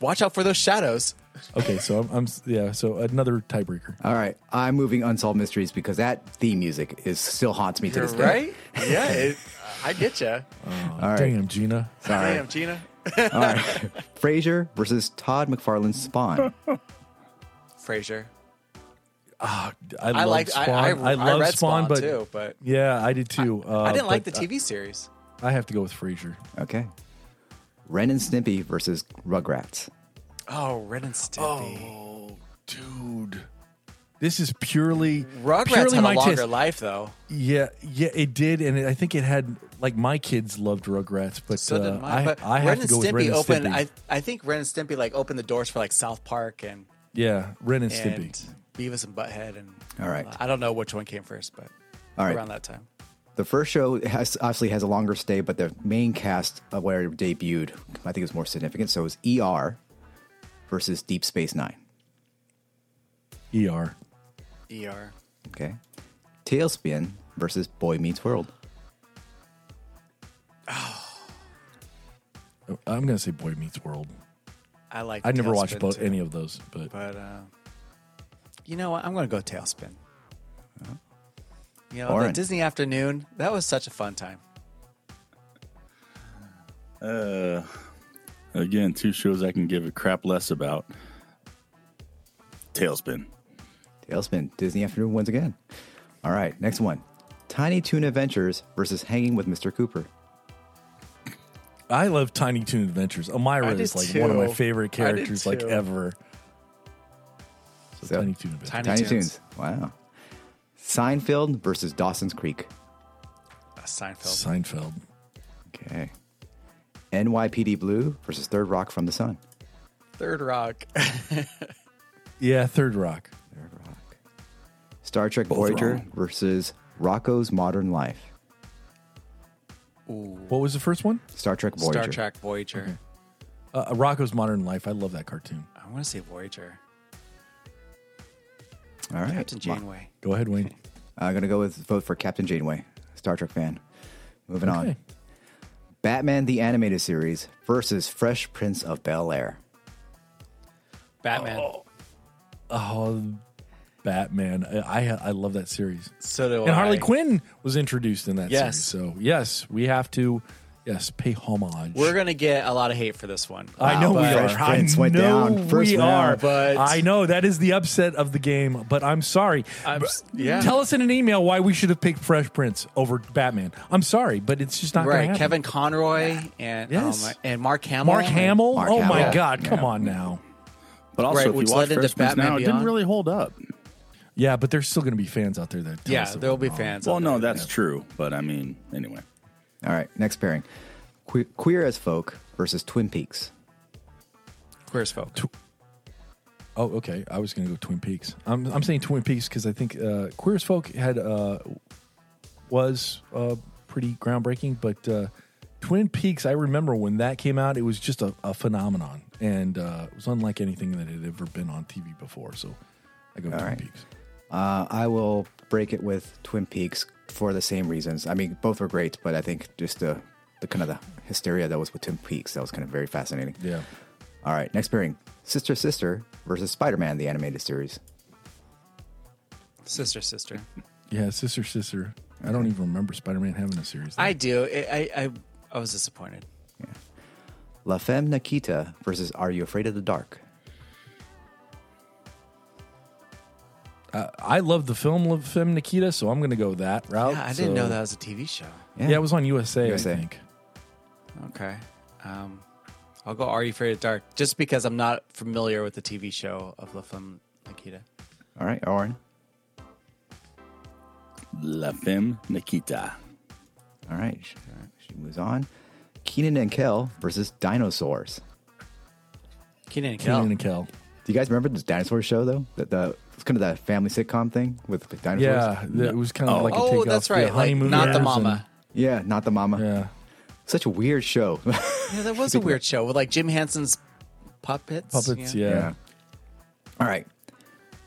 Speaker 1: watch out for those shadows.
Speaker 2: Okay, so I'm, I'm yeah. So another tiebreaker.
Speaker 3: All right, I'm moving Unsolved Mysteries because that theme music is still haunts me to
Speaker 1: You're
Speaker 3: this day.
Speaker 1: right? yeah, it, I get you.
Speaker 3: All right,
Speaker 2: Damn, Gina.
Speaker 3: sorry.
Speaker 1: Damn, Gina.
Speaker 3: All right, Frasier versus Todd McFarlane's Spawn.
Speaker 1: Frasier.
Speaker 2: I,
Speaker 1: I
Speaker 2: love
Speaker 1: like.
Speaker 2: Spawn.
Speaker 1: I, I,
Speaker 2: love
Speaker 1: read Spawn,
Speaker 2: Spawn, but
Speaker 1: too, but
Speaker 2: yeah, I did too. uh,
Speaker 1: I didn't like the
Speaker 2: but
Speaker 1: TV series.
Speaker 2: I have to go with Frasier.
Speaker 3: Okay, Ren and Snippy versus Rugrats.
Speaker 1: Oh, Ren and Stimpy.
Speaker 4: Dude.
Speaker 2: This is purely
Speaker 1: Rugrats
Speaker 2: Oh, purely
Speaker 1: had a
Speaker 2: my
Speaker 1: longer
Speaker 2: taste.
Speaker 1: life, though.
Speaker 2: Yeah, yeah, it did, and it, I think it had like my kids loved Rugrats, but
Speaker 1: So
Speaker 2: uh,
Speaker 1: did mine.
Speaker 2: I,
Speaker 1: but
Speaker 2: I
Speaker 1: Ren
Speaker 2: have to
Speaker 1: and
Speaker 2: go with
Speaker 1: Stimpy
Speaker 2: Ren and
Speaker 1: opened.
Speaker 2: Stimpy.
Speaker 1: I, I think Ren and Stimpy like opened the doors for like South Park and
Speaker 2: yeah, Ren and
Speaker 1: and
Speaker 2: Stimpy.
Speaker 1: Beavis and Butthead and
Speaker 3: All right.
Speaker 1: I don't know which one came first, but
Speaker 3: All right.
Speaker 1: around that time.
Speaker 3: The first show has, obviously has a longer stay, but the main cast of where it debuted, I think, is more significant. So it's ER versus Deep Space Nine.
Speaker 2: ER.
Speaker 1: ER.
Speaker 3: Okay, Tailspin versus Boy Meets World.
Speaker 2: I'm gonna say Boy Meets World.
Speaker 1: I like.
Speaker 2: I never watched
Speaker 1: Tailspin,
Speaker 2: both
Speaker 1: too.
Speaker 2: any of those, but
Speaker 1: But uh, you know what? I'm going to go Tailspin. You know, the
Speaker 3: Oren.
Speaker 1: Disney afternoon. That was such a fun time.
Speaker 4: Uh, again, two shows I can give a crap less about. Tailspin.
Speaker 3: Tailspin, Disney Afternoon once again. All right, next one. Tiny Toon Adventures versus Hanging with Mr. Cooper.
Speaker 2: I love Tiny Toon Adventures.
Speaker 1: I
Speaker 2: Elmira
Speaker 1: did
Speaker 2: is like one of my
Speaker 1: too.
Speaker 2: favorite
Speaker 1: I did
Speaker 2: characters, like
Speaker 1: too.
Speaker 2: ever. So,
Speaker 3: So,
Speaker 2: Tiny Toon Adventures.
Speaker 1: Tiny,
Speaker 3: Tiny
Speaker 1: Toons.
Speaker 3: Toons. Wow. Seinfeld versus Dawson's Creek.
Speaker 1: Uh, Seinfeld.
Speaker 2: Seinfeld.
Speaker 3: Okay. NYPD Blue versus Third Rock from the Sun.
Speaker 1: Third Rock.
Speaker 2: Yeah, Third Rock.
Speaker 3: Third Rock. Star Trek Voyager
Speaker 2: wrong.
Speaker 3: versus Rocco's Modern Life.
Speaker 2: What was the first one?
Speaker 3: Star Trek Voyager.
Speaker 1: Star Trek Voyager.
Speaker 2: Uh, Rocco's Modern Life. I love that cartoon.
Speaker 1: I want to say Voyager.
Speaker 3: All right.
Speaker 1: Captain Janeway.
Speaker 2: Go ahead, Wayne.
Speaker 3: I'm going to go with vote for Captain Janeway, Star Trek fan. Moving on.
Speaker 2: Okay.
Speaker 3: Batman the Animated Series versus Fresh Prince of Bel Air.
Speaker 1: Batman.
Speaker 2: Oh, Batman. I I, I love that series.
Speaker 1: So do
Speaker 2: and Harley
Speaker 1: I.
Speaker 2: Quinn was introduced in that
Speaker 1: Yes.
Speaker 2: series. So yes, we have to yes pay homage.
Speaker 1: We're gonna get a lot of hate for this one.
Speaker 3: Uh,
Speaker 2: I know
Speaker 1: Wow,
Speaker 2: we
Speaker 1: but-
Speaker 2: are.
Speaker 3: Fresh
Speaker 2: I
Speaker 3: Prince went
Speaker 2: know
Speaker 3: down first
Speaker 2: we
Speaker 3: round.
Speaker 2: are.
Speaker 1: But-
Speaker 2: I know that is the upset of the game. But I'm sorry.
Speaker 1: I'm
Speaker 2: B-
Speaker 1: s- yeah.
Speaker 2: Tell us in an email why we should have picked Fresh Prince over Batman. I'm sorry, but it's just not Gonna
Speaker 1: Right,
Speaker 2: happen.
Speaker 1: Kevin Conroy and
Speaker 2: Yes.
Speaker 1: oh my- and Mark Hamill.
Speaker 2: Mark Hamill.
Speaker 3: Mark
Speaker 2: oh my
Speaker 3: Hamill.
Speaker 2: God! Come
Speaker 3: Yeah.
Speaker 2: on now.
Speaker 4: But also,
Speaker 1: Right,
Speaker 4: if
Speaker 1: which
Speaker 4: you
Speaker 1: led
Speaker 4: watch
Speaker 1: into
Speaker 4: First Prince
Speaker 1: Batman
Speaker 4: now, it didn't
Speaker 1: Beyond.
Speaker 4: really hold up.
Speaker 2: Yeah, but there's still going to be fans out there that. tell
Speaker 1: Yeah,
Speaker 2: us that
Speaker 1: there will
Speaker 2: we're
Speaker 1: be
Speaker 2: wrong.
Speaker 1: fans.
Speaker 4: Well,
Speaker 1: out
Speaker 4: no,
Speaker 1: there.
Speaker 4: that's true. But I mean, anyway.
Speaker 3: All right, next pairing. Que- Queer as Folk versus Twin Peaks.
Speaker 1: Queer as folk.
Speaker 2: Oh, okay. I was going to go Twin Peaks. I'm I'm saying Twin Peaks because I think uh, Queer as Folk had uh, was uh, pretty groundbreaking, but uh, Twin Peaks. I remember when that came out, it was just a, a phenomenon, and uh, it was unlike anything that had ever been on TV before. So I go Twin
Speaker 3: right.
Speaker 2: Peaks.
Speaker 3: Uh, I will break it with Twin Peaks for the same reasons. I mean, both were great, but I think just the, the kind of the hysteria that was with Twin Peaks, that was kind of very fascinating.
Speaker 2: Yeah.
Speaker 3: All right, next pairing. Sister Sister versus Spider-Man, the animated series.
Speaker 1: Sister, sister.
Speaker 2: Yeah, sister, sister. I don't even remember Spider Man having a series.
Speaker 1: I do. I I, I, I was disappointed.
Speaker 3: La Femme Nikita versus Are You Afraid of the Dark?
Speaker 2: I love the film La Femme Nikita, so I'm going to go that route.
Speaker 1: Yeah, I didn't
Speaker 2: So-
Speaker 1: know that was a TV show.
Speaker 2: Yeah. it was on USA,
Speaker 3: USA.
Speaker 2: I think.
Speaker 1: Okay. Um, I'll go Are You Afraid of the Dark? Just because I'm not familiar with the TV show of La Femme Nikita.
Speaker 3: All right, Oren.
Speaker 4: La Femme Nikita.
Speaker 3: All right, she, she moves on. Keenan and Kel versus Dinosaurs.
Speaker 1: Keenan and Kel.
Speaker 2: Keenan and Kel.
Speaker 3: Do you guys remember this dinosaur show though? The, the it's kind of that family sitcom thing with the dinosaurs.
Speaker 2: Yeah, th- it was kind of like a
Speaker 1: Oh,
Speaker 2: takeoff.
Speaker 1: that's
Speaker 2: to
Speaker 1: right. Like,
Speaker 2: Honeymooners
Speaker 1: not the
Speaker 2: and-
Speaker 1: mama.
Speaker 3: Yeah, not the mama.
Speaker 2: yeah,
Speaker 3: Such a weird show.
Speaker 1: Yeah, that was a weird show with like Jim Henson's puppets.
Speaker 2: Puppets, yeah.
Speaker 3: Yeah. All right.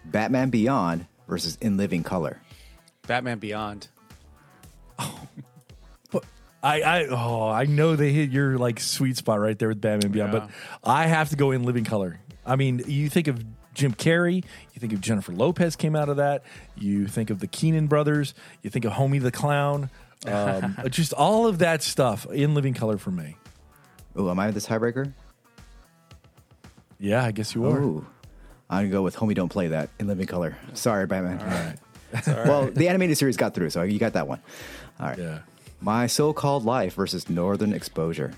Speaker 3: Batman Beyond versus In Living Color.
Speaker 1: Batman Beyond.
Speaker 2: I, I oh I know they hit your like sweet spot right there with Batman Beyond,
Speaker 1: Yeah.
Speaker 2: but I have to go in Living Color. I mean, you think of Jim Carrey, you think of Jennifer Lopez came out of that, you think of the Keenan brothers, you think of Homie the Clown, um, just all of that stuff in Living Color for me.
Speaker 3: Oh, am I the tiebreaker?
Speaker 2: Yeah, I guess you are.
Speaker 3: Ooh. I'm going to go with Homie Don't Play That in Living Color. Sorry, Batman. Well, the animated series got through, so you got that one. All right.
Speaker 2: Yeah,
Speaker 3: My So Called Life versus Northern Exposure.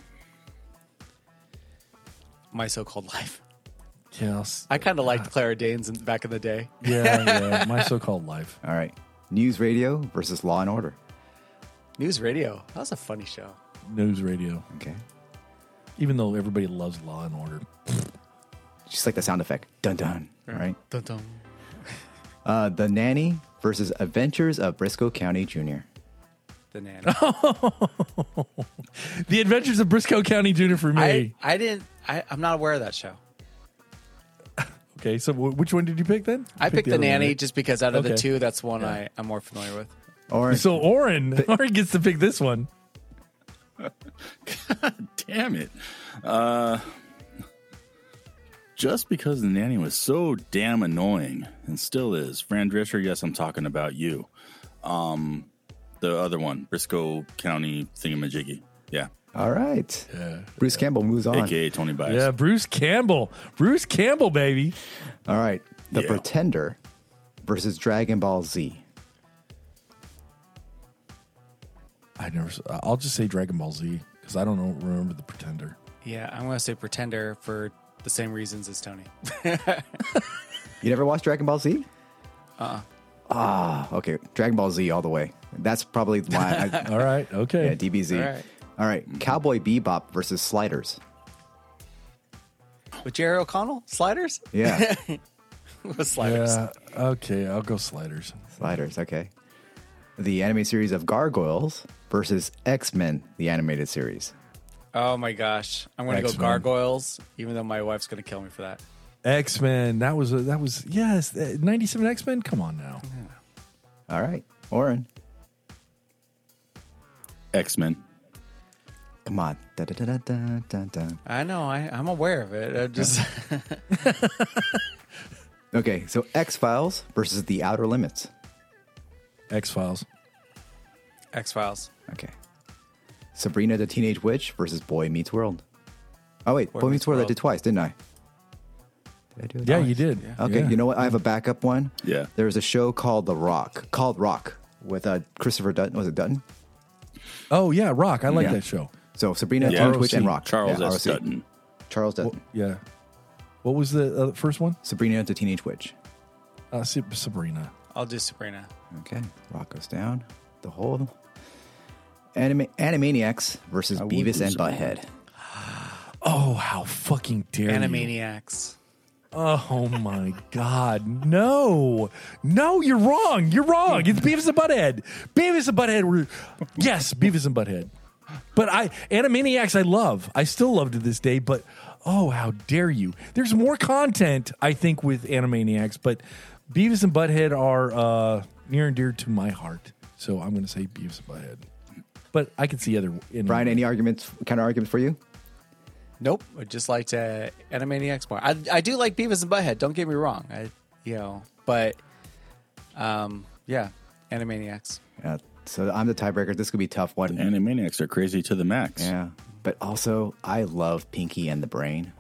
Speaker 1: My so-called life.
Speaker 2: yeah, I'll s-
Speaker 1: I kind of liked Clara Danes in, back in the day.
Speaker 2: yeah, yeah. My so-called life.
Speaker 3: All right. News Radio versus Law and Order.
Speaker 1: News Radio. That was a funny show.
Speaker 2: News radio,
Speaker 3: Okay.
Speaker 2: even though everybody loves Law and Order.
Speaker 3: Just like the sound effect. Dun dun. All right.
Speaker 1: Dun, dun.
Speaker 3: Uh, the Nanny versus Adventures of Briscoe County Jr.
Speaker 1: The nanny.
Speaker 2: The Adventures of Briscoe County Jr. for me.
Speaker 1: I, I didn't. I, I'm not aware of that show.
Speaker 2: okay, so w- which one did you pick then?
Speaker 1: I picked the,
Speaker 2: other one,
Speaker 1: nanny
Speaker 2: right?
Speaker 1: just because out of the
Speaker 2: Okay.
Speaker 1: two, that's one I, I'm more familiar with.
Speaker 3: Or
Speaker 2: So Oren, Oren gets to pick this one.
Speaker 4: Damn it. Uh, just because the nanny was so damn annoying and still is, Fran Drescher, yes, I'm talking about you. Um, the other one, Briscoe County Thingamajiggy. Yeah.
Speaker 3: All right. Bruce Campbell moves on.
Speaker 4: AKA Tony Bias.
Speaker 2: Yeah, Bruce Campbell. Bruce Campbell, baby.
Speaker 3: All right. The
Speaker 4: Yeah.
Speaker 3: Pretender versus Dragon Ball Z.
Speaker 2: I never. s- uh, I'll just say Dragon Ball Z because I don't know, remember the Pretender.
Speaker 1: Yeah, I'm going to say Pretender for the same reasons as Tony.
Speaker 3: You never watched Dragon Ball Z? Uh-uh. Ah, okay. Dragon Ball Z all the way. That's probably why. I,
Speaker 2: All right, okay.
Speaker 3: yeah, DBZ.
Speaker 1: All right.
Speaker 3: All right. Cowboy Bebop versus Sliders.
Speaker 1: With Jerry O'Connell? Sliders?
Speaker 3: Yeah.
Speaker 1: With sliders.
Speaker 2: Yeah, okay, I'll go Sliders.
Speaker 3: Sliders. Okay. The anime series of Gargoyles versus X Men, the animated series.
Speaker 1: Oh my gosh. I'm going to go
Speaker 2: X-Men.
Speaker 1: Gargoyles, even though my wife's going to kill me for that.
Speaker 2: X Men. That was a, that was yes. Ninety seven X Men. Come on now.
Speaker 3: All right. Oren.
Speaker 4: X Men.
Speaker 3: Come on. Da, da, da, da, da, da.
Speaker 1: I know. I, I'm aware of it. I just
Speaker 3: Okay. So X Files versus The Outer Limits.
Speaker 2: X Files.
Speaker 1: X Files.
Speaker 3: Okay. Sabrina the Teenage Witch versus Boy Meets World. Oh wait, Boy, Meets World, I did twice, didn't I? Did I do it?
Speaker 2: Yeah,
Speaker 3: twice?
Speaker 2: you did.
Speaker 3: Oh, Okay,
Speaker 2: Yeah.
Speaker 3: you know what? I have a backup one.
Speaker 4: Yeah.
Speaker 3: There was a show called The Rock, called Rock, with uh, Christopher Dutton. Was it Dutton?
Speaker 2: Oh yeah, Rock. I like
Speaker 3: Yeah.
Speaker 2: that show.
Speaker 3: So Sabrina,
Speaker 4: Yeah.
Speaker 3: Teenage Witch, and
Speaker 2: ROC.
Speaker 3: Rock.
Speaker 4: Charles
Speaker 3: Yeah,
Speaker 4: S.
Speaker 3: ROC.
Speaker 4: Dutton.
Speaker 3: Charles Dutton.
Speaker 2: Yeah. What was the uh, first one?
Speaker 3: Sabrina the Teenage Witch.
Speaker 2: Uh, Sa- Sabrina.
Speaker 1: I'll do Sabrina.
Speaker 3: Okay, Rock goes down. The whole Anima- Animaniacs versus Beavis and Butthead.
Speaker 2: Oh, how fucking dare you!
Speaker 1: Animaniacs.
Speaker 2: Oh my God. No. No, you're wrong. You're wrong. It's Beavis and Butthead. Beavis and Butthead were, yes, Beavis and Butthead. But I, Animaniacs, I love. I still love to this day, but oh, how dare you. There's more content, I think, with Animaniacs, but Beavis and Butthead are uh, near and dear to my heart. So I'm going to say Beavis and Butthead. But I could see other. In
Speaker 3: Brian, any arguments, counter arguments for you?
Speaker 1: Nope. I just liked uh, Animaniacs more. I, I do like Beavis and Butthead. Don't get me wrong. I, you know, but um, yeah, Animaniacs.
Speaker 3: Uh, so I'm the tiebreaker. This could be a tough one.
Speaker 4: Animaniacs are crazy to the max.
Speaker 3: Yeah. But also, I love Pinky and the Brain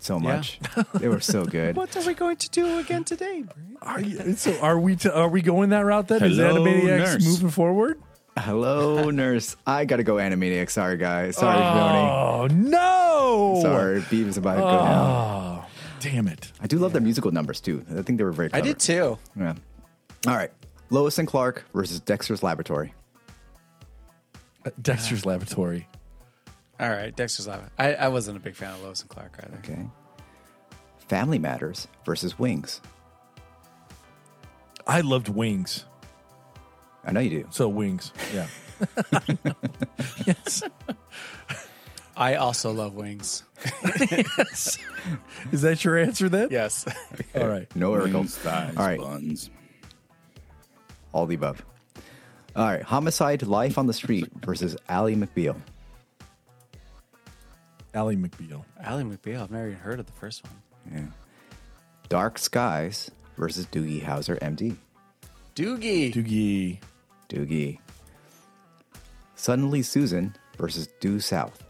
Speaker 3: so much. they were so good.
Speaker 1: What are we going to do again today? Bree?
Speaker 2: Are you, so are we, to, are we going that route then? Is
Speaker 4: Hello,
Speaker 2: Animaniacs
Speaker 4: nurse.
Speaker 2: moving forward?
Speaker 3: Hello, nurse. I got to go Animaniac. Sorry, guys. Sorry, Joni.
Speaker 2: Oh no! Ah.
Speaker 3: Sorry, Beavis and Butthead. go down.
Speaker 2: Damn it!
Speaker 3: I do love their musical numbers, too. I think they were very
Speaker 1: I
Speaker 3: clever.
Speaker 1: did too.
Speaker 3: Yeah. All right. Lois and Clark versus Dexter's Laboratory.
Speaker 2: Dexter's Laboratory.
Speaker 1: All right, Dexter's Lab. I, I wasn't a big fan of Lois and Clark either.
Speaker 3: Okay. Family Matters versus Wings.
Speaker 2: I loved Wings,
Speaker 3: I know you do.
Speaker 2: so Wings. Yeah. yes.
Speaker 1: I also love wings.
Speaker 2: Is that your answer then?
Speaker 1: Yes.
Speaker 2: All right.
Speaker 3: No Urkel.
Speaker 4: Wings, thighs,
Speaker 3: All right.
Speaker 4: buns.
Speaker 3: All the above. All right. Homicide, life on the street versus Ally McBeal.
Speaker 2: Allie McBeal.
Speaker 1: Ally McBeal. I've never even heard of the first one.
Speaker 3: Dark skies versus Doogie Howser, MD.
Speaker 1: Doogie.
Speaker 2: Doogie.
Speaker 3: Doogie. Suddenly Susan versus Due South.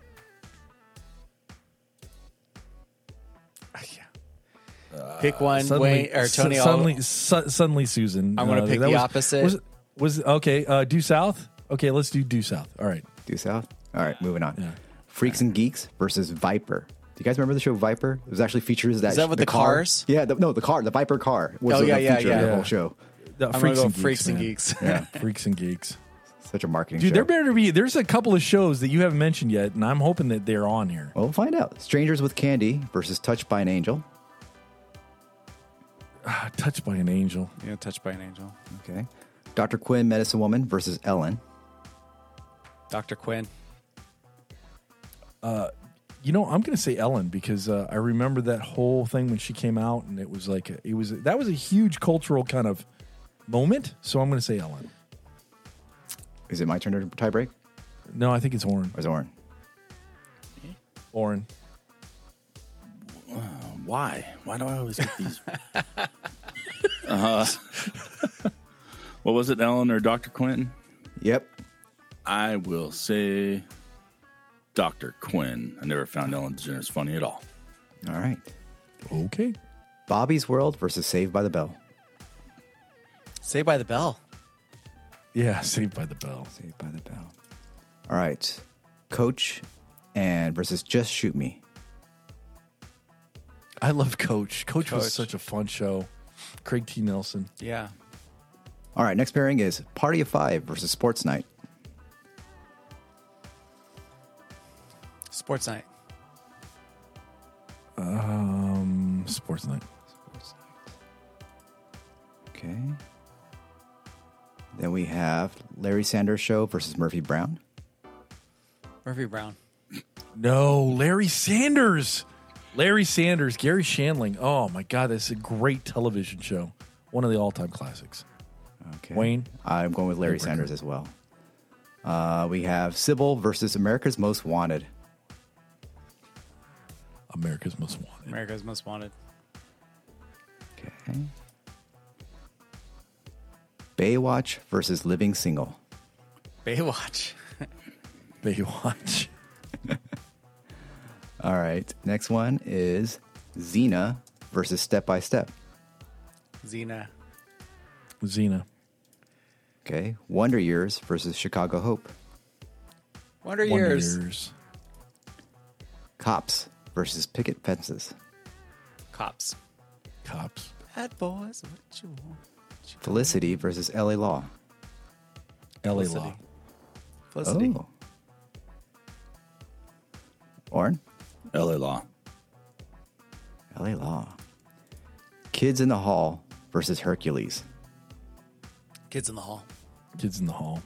Speaker 1: Pick one. Wayne or
Speaker 2: su-
Speaker 1: Tony.
Speaker 2: suddenly,
Speaker 1: Oliver.
Speaker 2: su- suddenly, Susan. Uh,
Speaker 1: I'm gonna pick
Speaker 2: that
Speaker 1: the
Speaker 2: was-
Speaker 1: opposite.
Speaker 2: Was, was okay. Uh, due south. Okay, let's do due south. All right.
Speaker 3: Due South. All right, moving on. Freaks and Geeks versus Viper. Do you guys remember the show Viper? It was actually features that.
Speaker 1: Is that with the
Speaker 3: car-
Speaker 1: cars?
Speaker 3: Yeah, the, no, the car, the Viper car was
Speaker 1: Oh,
Speaker 3: the
Speaker 1: yeah, yeah,
Speaker 3: feature of
Speaker 1: yeah.
Speaker 3: the whole show.
Speaker 2: Uh,
Speaker 1: I'm gonna go
Speaker 2: Geeks,
Speaker 1: freaks and
Speaker 2: man.
Speaker 1: geeks.
Speaker 2: Yeah, freaks and geeks.
Speaker 3: Such a marketing
Speaker 2: Dude,
Speaker 3: show.
Speaker 2: there better be. There's a couple of shows that you haven't mentioned yet, and I'm hoping that they're on here.
Speaker 3: well, we'll find out. Strangers with Candy versus Touched by an Angel.
Speaker 2: Ah, Touched by an angel.
Speaker 1: You know, touched by an angel.
Speaker 3: Okay. Dr. Quinn, Medicine Woman versus Ellen.
Speaker 1: Dr. Quinn.
Speaker 2: You know, I'm going to say Ellen because uh, I remember that whole thing when she came out, and it was like a, it was that was a huge cultural kind of moment. So I'm going to say Ellen.
Speaker 3: Is it my turn to tie break?
Speaker 2: No, I think it's Oren.
Speaker 3: Or is it Oren?
Speaker 2: Oren.
Speaker 4: Why? Why do I always get these? uh, what was it, Ellen or Dr. Quentin?
Speaker 3: Yep.
Speaker 4: I will say Dr. Quinn. I never found Ellen DeGeneres funny at all.
Speaker 3: All right.
Speaker 2: Okay.
Speaker 3: Bobby's World versus Saved by the Bell.
Speaker 1: Say by the bell.
Speaker 2: Yeah, Saved by the Bell.
Speaker 3: Saved by the Bell. All right. Coach and versus Just Shoot Me.
Speaker 2: I love Coach. Coach,
Speaker 1: Coach.
Speaker 2: was such a fun show. Craig T. Nelson.
Speaker 1: Yeah.
Speaker 3: All right, next pairing is Party of Five versus Sports Night.
Speaker 1: Sports night.
Speaker 2: Um, Sports Night.
Speaker 3: Okay. Then we have Larry Sanders Show versus Murphy Brown.
Speaker 1: Murphy Brown.
Speaker 2: No, Larry Sanders. Larry Sanders, Gary Shandling. Oh my God, that's a great television show. One of the all-time classics.
Speaker 3: Okay.
Speaker 2: Wayne?
Speaker 3: I'm going with Larry
Speaker 2: Paper.
Speaker 3: Sanders as well. Uh, we have Sybil versus America's Most Wanted.
Speaker 2: America's Most Wanted.
Speaker 1: America's Most Wanted.
Speaker 3: Okay. Baywatch versus Living Single.
Speaker 1: Baywatch.
Speaker 2: Baywatch.
Speaker 3: All right. Next one is Xena versus Step by Step.
Speaker 1: Xena.
Speaker 2: Xena.
Speaker 3: Okay. Wonder Years versus Chicago Hope.
Speaker 1: Wonder
Speaker 2: Wonder
Speaker 1: Years.
Speaker 2: Years.
Speaker 3: Cops versus Picket Fences.
Speaker 1: Cops.
Speaker 2: Cops.
Speaker 1: Bad boys. What you want?
Speaker 3: Felicity versus LA Law.
Speaker 2: LA
Speaker 1: Felicity.
Speaker 2: Law.
Speaker 1: Felicity.
Speaker 3: Oh. Orn?
Speaker 4: LA Law.
Speaker 3: LA Law. Kids in the Hall versus Hercules.
Speaker 1: Kids in the Hall.
Speaker 2: Kids in the Hall.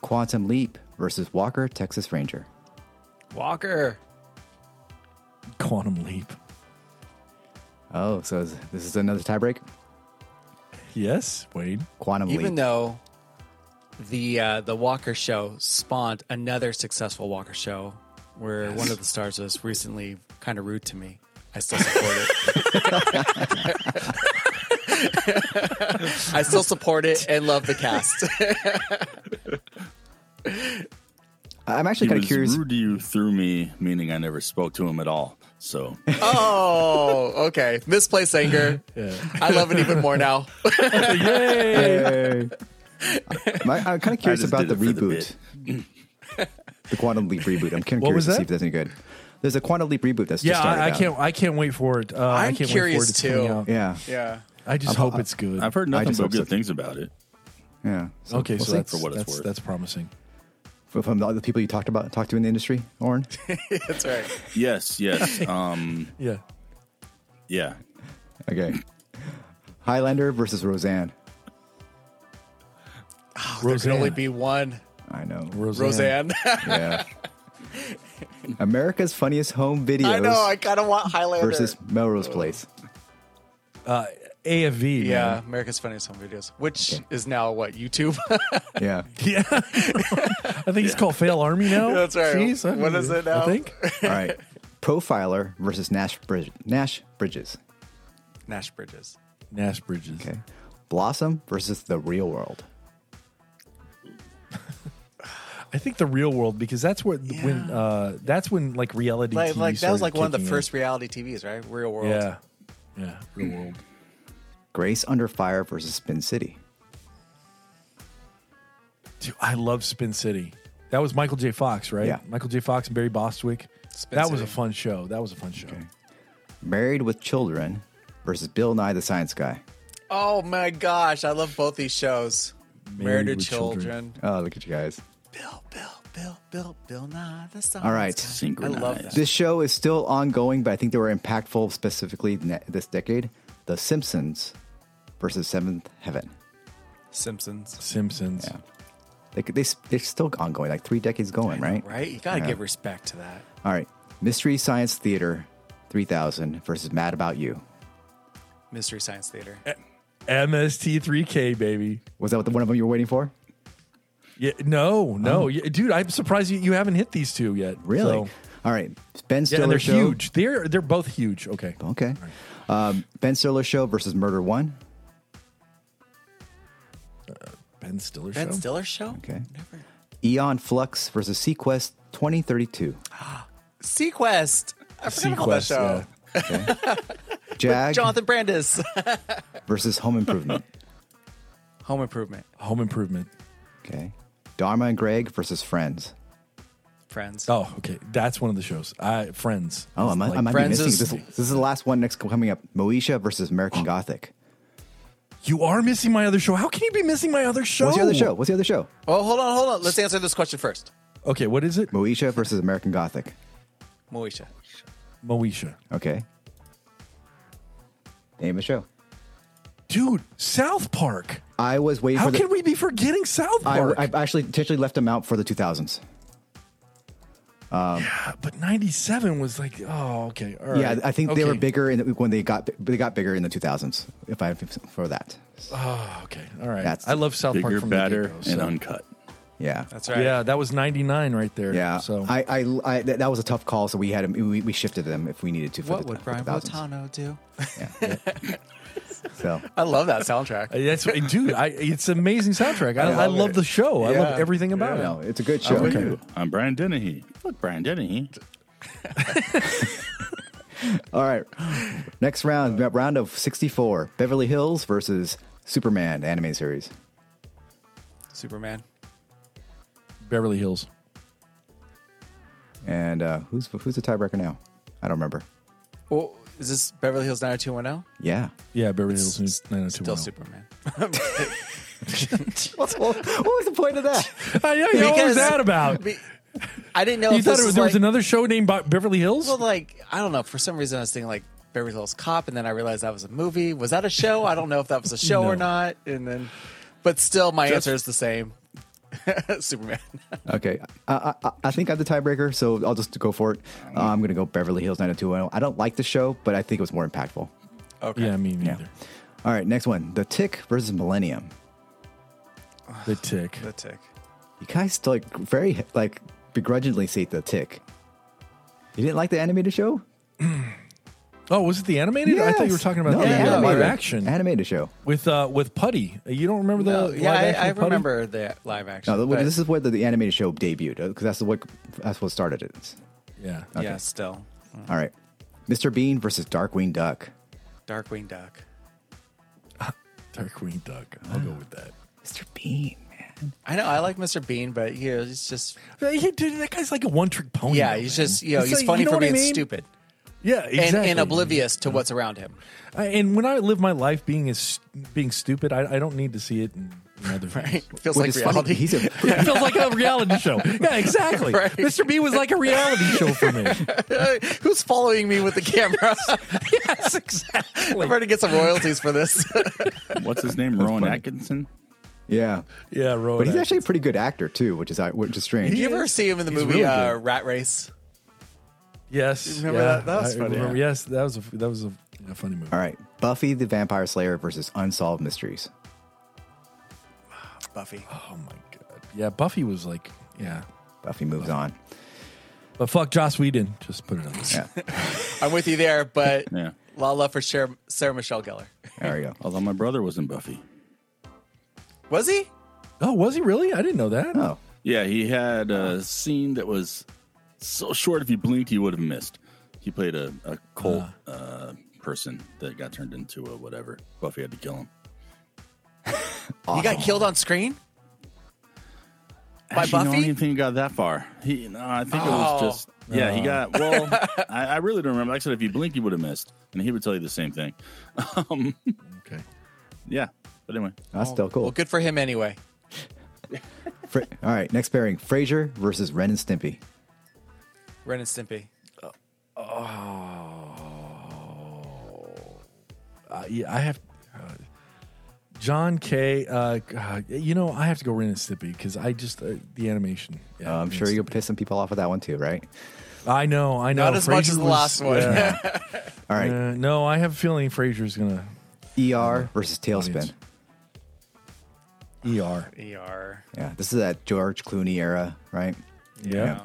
Speaker 3: Quantum Leap versus Walker, Texas Ranger.
Speaker 1: Walker.
Speaker 2: Quantum Leap.
Speaker 3: Oh, so is, this is another tiebreak?
Speaker 2: Yes, Wayne.
Speaker 3: Quantum
Speaker 1: Even
Speaker 3: Leap.
Speaker 1: though the uh, the Walker show spawned another successful Walker show, where one of the stars was recently kind of rude to me, I still support it. I still support it and love the cast.
Speaker 3: I'm actually
Speaker 4: He
Speaker 3: kind
Speaker 4: was
Speaker 3: of curious.
Speaker 4: rude to you through me, meaning I never spoke to him at all. So
Speaker 1: oh, okay. Misplaced anger. I love it even more now.
Speaker 3: Yay! I'm, I'm kind of curious
Speaker 4: just
Speaker 3: about
Speaker 4: did
Speaker 3: the
Speaker 4: it for the
Speaker 3: reboot. The Quantum Leap reboot. I'm kind of
Speaker 2: What was
Speaker 3: curious to see
Speaker 2: that?
Speaker 3: if that's any good. There's a Quantum Leap reboot that's just
Speaker 2: Yeah,
Speaker 3: started
Speaker 2: I, I
Speaker 3: out.
Speaker 2: can't. I can't wait for it. Uh, I
Speaker 1: I'm
Speaker 2: can't
Speaker 1: curious,
Speaker 2: wait for it to
Speaker 1: too.
Speaker 2: Come out.
Speaker 3: Yeah,
Speaker 1: Yeah.
Speaker 2: I just hope it's good.
Speaker 4: I've heard nothing
Speaker 3: just
Speaker 4: but
Speaker 3: hope so.
Speaker 4: good things about it.
Speaker 3: yeah.
Speaker 2: okay,
Speaker 3: we'll
Speaker 2: so
Speaker 3: see.
Speaker 2: that's
Speaker 4: for what it's
Speaker 2: that's,
Speaker 4: worth.
Speaker 2: that's promising.
Speaker 3: from the other people you talked about, talked to in the industry, Oren.
Speaker 1: That's right.
Speaker 4: Yes, yes. Um,
Speaker 2: Yeah.
Speaker 4: yeah.
Speaker 3: Okay. Highlander versus Roseanne.
Speaker 2: Ah,
Speaker 1: There can only be one
Speaker 3: I know.
Speaker 1: Roseanne.
Speaker 3: Yeah. America's Funniest Home Videos
Speaker 1: I know. I kind of want Highlander
Speaker 3: versus Melrose Place.
Speaker 2: Uh, AFV.
Speaker 1: Yeah,
Speaker 2: man.
Speaker 1: America's Funniest Home Videos, which is now what YouTube.
Speaker 3: Yeah.
Speaker 2: Yeah. I think it's called Fail Army now.
Speaker 1: That's right.
Speaker 2: Jeez, I-
Speaker 1: What is it now?
Speaker 2: I think.
Speaker 3: All right. Profiler versus Nash, Brid- Nash Bridges.
Speaker 1: Nash Bridges.
Speaker 2: Nash Bridges.
Speaker 3: Okay. Blossom versus the real world.
Speaker 2: I think the real world because that's where when uh that's when like reality
Speaker 1: Like,
Speaker 2: TV
Speaker 1: like that was
Speaker 2: started
Speaker 1: like one of the
Speaker 2: kicking in.
Speaker 1: first reality TVs, right? Real World.
Speaker 2: Yeah. Yeah, real world.
Speaker 3: Grace Under Fire versus Spin City.
Speaker 2: Dude, I love Spin City. That was Michael J. Fox, right?
Speaker 3: Yeah.
Speaker 2: Michael J. Fox and Barry Bostwick.
Speaker 1: Spin
Speaker 2: that was a
Speaker 1: City.
Speaker 2: fun show. That was a fun show.
Speaker 3: Married with Children versus Bill Nye the Science Guy.
Speaker 1: Oh my gosh, I love both these shows. Married, to
Speaker 2: with
Speaker 1: Children.
Speaker 2: Children.
Speaker 3: Oh, look at you guys.
Speaker 1: Bill, Bill, Bill, Bill, Bill Nye. The song.
Speaker 3: All right.
Speaker 1: I love
Speaker 4: Synchronized.
Speaker 1: that.
Speaker 3: This show is still ongoing, but I think they were impactful specifically ne- this decade. The Simpsons versus Seventh Heaven.
Speaker 1: Simpsons.
Speaker 2: Simpsons.
Speaker 3: They, could- they, s- they're still ongoing, like three decades going, right?
Speaker 1: Right? You gotta give respect to that.
Speaker 3: All right. Mystery Science Theater 3000 versus Mad About You.
Speaker 1: Mystery Science Theater.
Speaker 2: MST3K baby.
Speaker 3: Was that what the one of them you were waiting for?
Speaker 2: Yeah, no,
Speaker 1: Oh.
Speaker 2: no. Yeah, dude, I'm surprised you, you haven't hit these two yet.
Speaker 3: Really?
Speaker 2: So-
Speaker 3: All right. Ben
Speaker 2: yeah,
Speaker 3: Stiller
Speaker 2: and they're
Speaker 3: show.
Speaker 2: huge. They're they're both huge. Okay.
Speaker 3: Okay. Um, ben Stiller show versus Murder One.
Speaker 2: Ben Stiller
Speaker 1: Ben
Speaker 2: show.
Speaker 1: Stiller show?
Speaker 3: Okay.
Speaker 1: Never.
Speaker 3: Eon Flux versus Sequest 2032.
Speaker 1: Sequest. I forgot about that
Speaker 2: Sequest,
Speaker 1: show.
Speaker 2: yeah.
Speaker 3: Jag
Speaker 1: Jonathan Brandis.
Speaker 3: versus Home Improvement.
Speaker 1: Home Improvement.
Speaker 2: Home Improvement.
Speaker 3: Okay. Dharma and Greg versus Friends.
Speaker 1: Friends.
Speaker 2: Oh, okay. That's one of the shows. I Friends.
Speaker 3: Oh, I might, I
Speaker 2: Like,
Speaker 3: might be
Speaker 1: Friends
Speaker 3: missing.
Speaker 1: is-
Speaker 3: This, this is the last one next coming up. Moesha versus American Gothic.
Speaker 2: You are missing my other show. How can you be missing my other show?
Speaker 3: What's the other show? What's the other show?
Speaker 1: Oh, hold on, hold on. Let's answer this question first.
Speaker 2: Okay, what is it?
Speaker 3: Moesha versus American Gothic.
Speaker 1: Moesha.
Speaker 2: Moesha.
Speaker 3: Okay. Name of the show.
Speaker 2: Dude, South Park.
Speaker 3: I was waiting
Speaker 2: How
Speaker 3: for the.
Speaker 2: can we be forgetting South Park?
Speaker 3: I, I actually intentionally left them out for the 2000s.
Speaker 2: Ah, but 97 was like, oh, okay. All right.
Speaker 3: Yeah, I think they were
Speaker 2: Okay.
Speaker 3: bigger in the, when they got they got bigger in the 2000s. If I for that,
Speaker 2: Oh, okay. All right.
Speaker 3: That's-
Speaker 2: I love South Park
Speaker 4: Bigger,
Speaker 2: from the
Speaker 4: badder,
Speaker 2: get-go, so-
Speaker 4: and uncut.
Speaker 3: yeah,
Speaker 1: That's right.
Speaker 2: Yeah, that was 99 right there.
Speaker 3: yeah.
Speaker 2: So
Speaker 3: I, I, I that, that was a tough call. So we had 'em- we, we shifted them if we needed to. For
Speaker 1: What
Speaker 3: the,
Speaker 1: would
Speaker 3: for the
Speaker 1: Brian
Speaker 3: 2000s.
Speaker 1: Botano do?
Speaker 3: So
Speaker 1: I love that soundtrack.
Speaker 2: that's dude. I it's an amazing soundtrack. I, I love, the show. I love everything about
Speaker 3: no,
Speaker 2: it.
Speaker 3: it's a good show.
Speaker 4: Ooh, I'm Brian Dennehy. Fuck Brian Dennehy.
Speaker 3: All right. Next round, round of 64 Beverly Hills versus Superman anime series.
Speaker 1: Superman.
Speaker 2: Beverly Hills.
Speaker 3: And uh, who's who's the tiebreaker now? I don't remember.
Speaker 1: Well, is this Beverly Hills 90210?
Speaker 3: Yeah.
Speaker 2: Yeah, Beverly Hills.
Speaker 1: S-
Speaker 2: 90210.
Speaker 1: Still Superman.
Speaker 3: What's, what was the point of that?
Speaker 2: I know. yeah, What was
Speaker 1: Because-
Speaker 2: that about?
Speaker 1: Be- I didn't know
Speaker 2: You
Speaker 1: if
Speaker 2: thought it
Speaker 1: this
Speaker 2: was,
Speaker 1: was
Speaker 2: there
Speaker 1: like,
Speaker 2: was another show named Bo- Beverly Hills?
Speaker 1: well, like I don't know. For some reason, I was thinking like Beverly Hills Cop, and then I realized that was a movie. Was that a show? I don't know if that was a show or
Speaker 2: No.
Speaker 1: not. And then, but still, my
Speaker 4: Just-
Speaker 1: answer is the same. Superman.
Speaker 3: Okay. I, I, I think I'm the tiebreaker, so I'll just go for it. Uh, I'm going to go Beverly Hills 90210. I don't like the show, but I think it was more impactful.
Speaker 1: Okay.
Speaker 2: yeah, me neither.
Speaker 3: All right. Next one The Tick versus Millennium.
Speaker 2: The Tick.
Speaker 1: The tick.
Speaker 3: You guys like very like begrudgingly say The Tick. You didn't like the animated show?
Speaker 2: Oh, was it the animated? I thought you were
Speaker 3: Yes.
Speaker 2: talking about
Speaker 3: No,
Speaker 2: the, uh, live
Speaker 3: animated-
Speaker 2: action
Speaker 3: Animated show.
Speaker 2: with uh, with Putty. You don't remember the?
Speaker 1: No,
Speaker 2: live
Speaker 1: yeah,
Speaker 2: action
Speaker 1: I, I
Speaker 2: with Putty?
Speaker 1: remember the live action.
Speaker 3: No, the-
Speaker 1: but
Speaker 3: this is where the, the animated show debuted because that's what that's what started it.
Speaker 2: Mm-hmm. Yeah,
Speaker 1: yeah, still
Speaker 3: All right, Mr. Bean versus Darkwing Duck.
Speaker 1: Darkwing Duck.
Speaker 2: Darkwing Duck. I'll go with that.
Speaker 3: Mr. Bean, man.
Speaker 1: I know I like Mr. Bean, but he he's just
Speaker 2: Hey, he- dude, that guy's like a one trick pony.
Speaker 1: yeah,
Speaker 2: though,
Speaker 1: he's
Speaker 2: man.
Speaker 1: just you know
Speaker 2: It's
Speaker 1: he's
Speaker 2: like,
Speaker 1: funny
Speaker 2: you know
Speaker 1: for
Speaker 2: what I
Speaker 1: being
Speaker 2: mean?
Speaker 1: stupid
Speaker 2: Yeah,
Speaker 1: and,
Speaker 2: exactly.
Speaker 1: and oblivious to what's around him.
Speaker 2: I- and when I live my life being as being stupid, I, I don't need to see it in, in other
Speaker 1: Right?
Speaker 2: things.
Speaker 1: Feels
Speaker 3: Which
Speaker 1: like
Speaker 3: is funny,
Speaker 1: reality.
Speaker 3: He's a
Speaker 2: It feels like a reality show. Yeah, exactly.
Speaker 1: Right.
Speaker 2: Mr. B was like a reality show for me.
Speaker 1: Who's following me with the camera?
Speaker 2: yes, exactly.
Speaker 1: I'm ready to get some royalties for this.
Speaker 4: What's his name? Rowan Atkinson?
Speaker 3: yeah,
Speaker 2: Yeah, Rowan.
Speaker 3: but he's
Speaker 2: Atkinson.
Speaker 3: actually a pretty good actor too, uh, which is which is strange.
Speaker 1: you ever see him in the
Speaker 2: He's
Speaker 1: movie
Speaker 2: really
Speaker 1: uh,
Speaker 2: good.
Speaker 1: Rat Race?
Speaker 2: Yes.
Speaker 1: Remember that? That was
Speaker 2: I
Speaker 1: funny.
Speaker 2: remember- yes, that was a that was a, a funny movie.
Speaker 3: All right, Buffy the Vampire Slayer versus Unsolved Mysteries.
Speaker 1: Buffy.
Speaker 2: Oh my god. Yeah, Buffy was like, yeah.
Speaker 3: Buffy moves on.
Speaker 2: But fuck Joss Whedon. Just put it on.
Speaker 3: Yeah,
Speaker 1: I'm with you there, but
Speaker 4: Yeah.
Speaker 1: a lot of love for Sarah, Sarah Michelle Gellar.
Speaker 3: there we go.
Speaker 4: Although my brother was in Buffy.
Speaker 1: Was he?
Speaker 2: Oh, was he really? I didn't know that.
Speaker 3: Oh,
Speaker 4: Yeah, he had
Speaker 1: Oh.
Speaker 4: a scene that was so short. If you blinked, you would have missed. He played a, a cult uh, person that got turned into a whatever. Buffy had to kill him.
Speaker 1: He got killed on screen? By
Speaker 4: No, I
Speaker 1: Buffy?
Speaker 4: didn't think he got that far. He, no, I think it was
Speaker 1: Oh.
Speaker 4: just. Yeah, he got. Well, I, I really don't remember. Like I said, if you blinked, you would have missed, and he would tell you the same thing. Um,
Speaker 2: Okay.
Speaker 4: yeah, but anyway,
Speaker 3: that's still
Speaker 1: Well,
Speaker 3: cool.
Speaker 1: good for him anyway.
Speaker 3: Fra- all right, next pairing: Frasier versus Ren and Stimpy.
Speaker 1: Ren and Stimpy.
Speaker 2: Uh, yeah, I have uh, John K. Uh, God, you know, I have to go Ren and Stimpy because I just uh, the animation.
Speaker 1: Oh,
Speaker 2: Yeah,
Speaker 3: Uh, I'm
Speaker 2: Ren
Speaker 3: sure
Speaker 2: and
Speaker 3: you'll piss some people off with that one too, right?
Speaker 2: Stimpy. I know. I know.
Speaker 1: Not as much
Speaker 2: Frasier
Speaker 1: as the
Speaker 2: was-
Speaker 1: last one.
Speaker 2: yeah.
Speaker 3: All right,
Speaker 2: Uh, no, I have a feeling Frasier's gonna
Speaker 3: ER versus
Speaker 2: audience.
Speaker 3: Tailspin.
Speaker 2: ER.
Speaker 1: ER.
Speaker 3: Yeah, this is that George Clooney era, right?
Speaker 2: Yeah.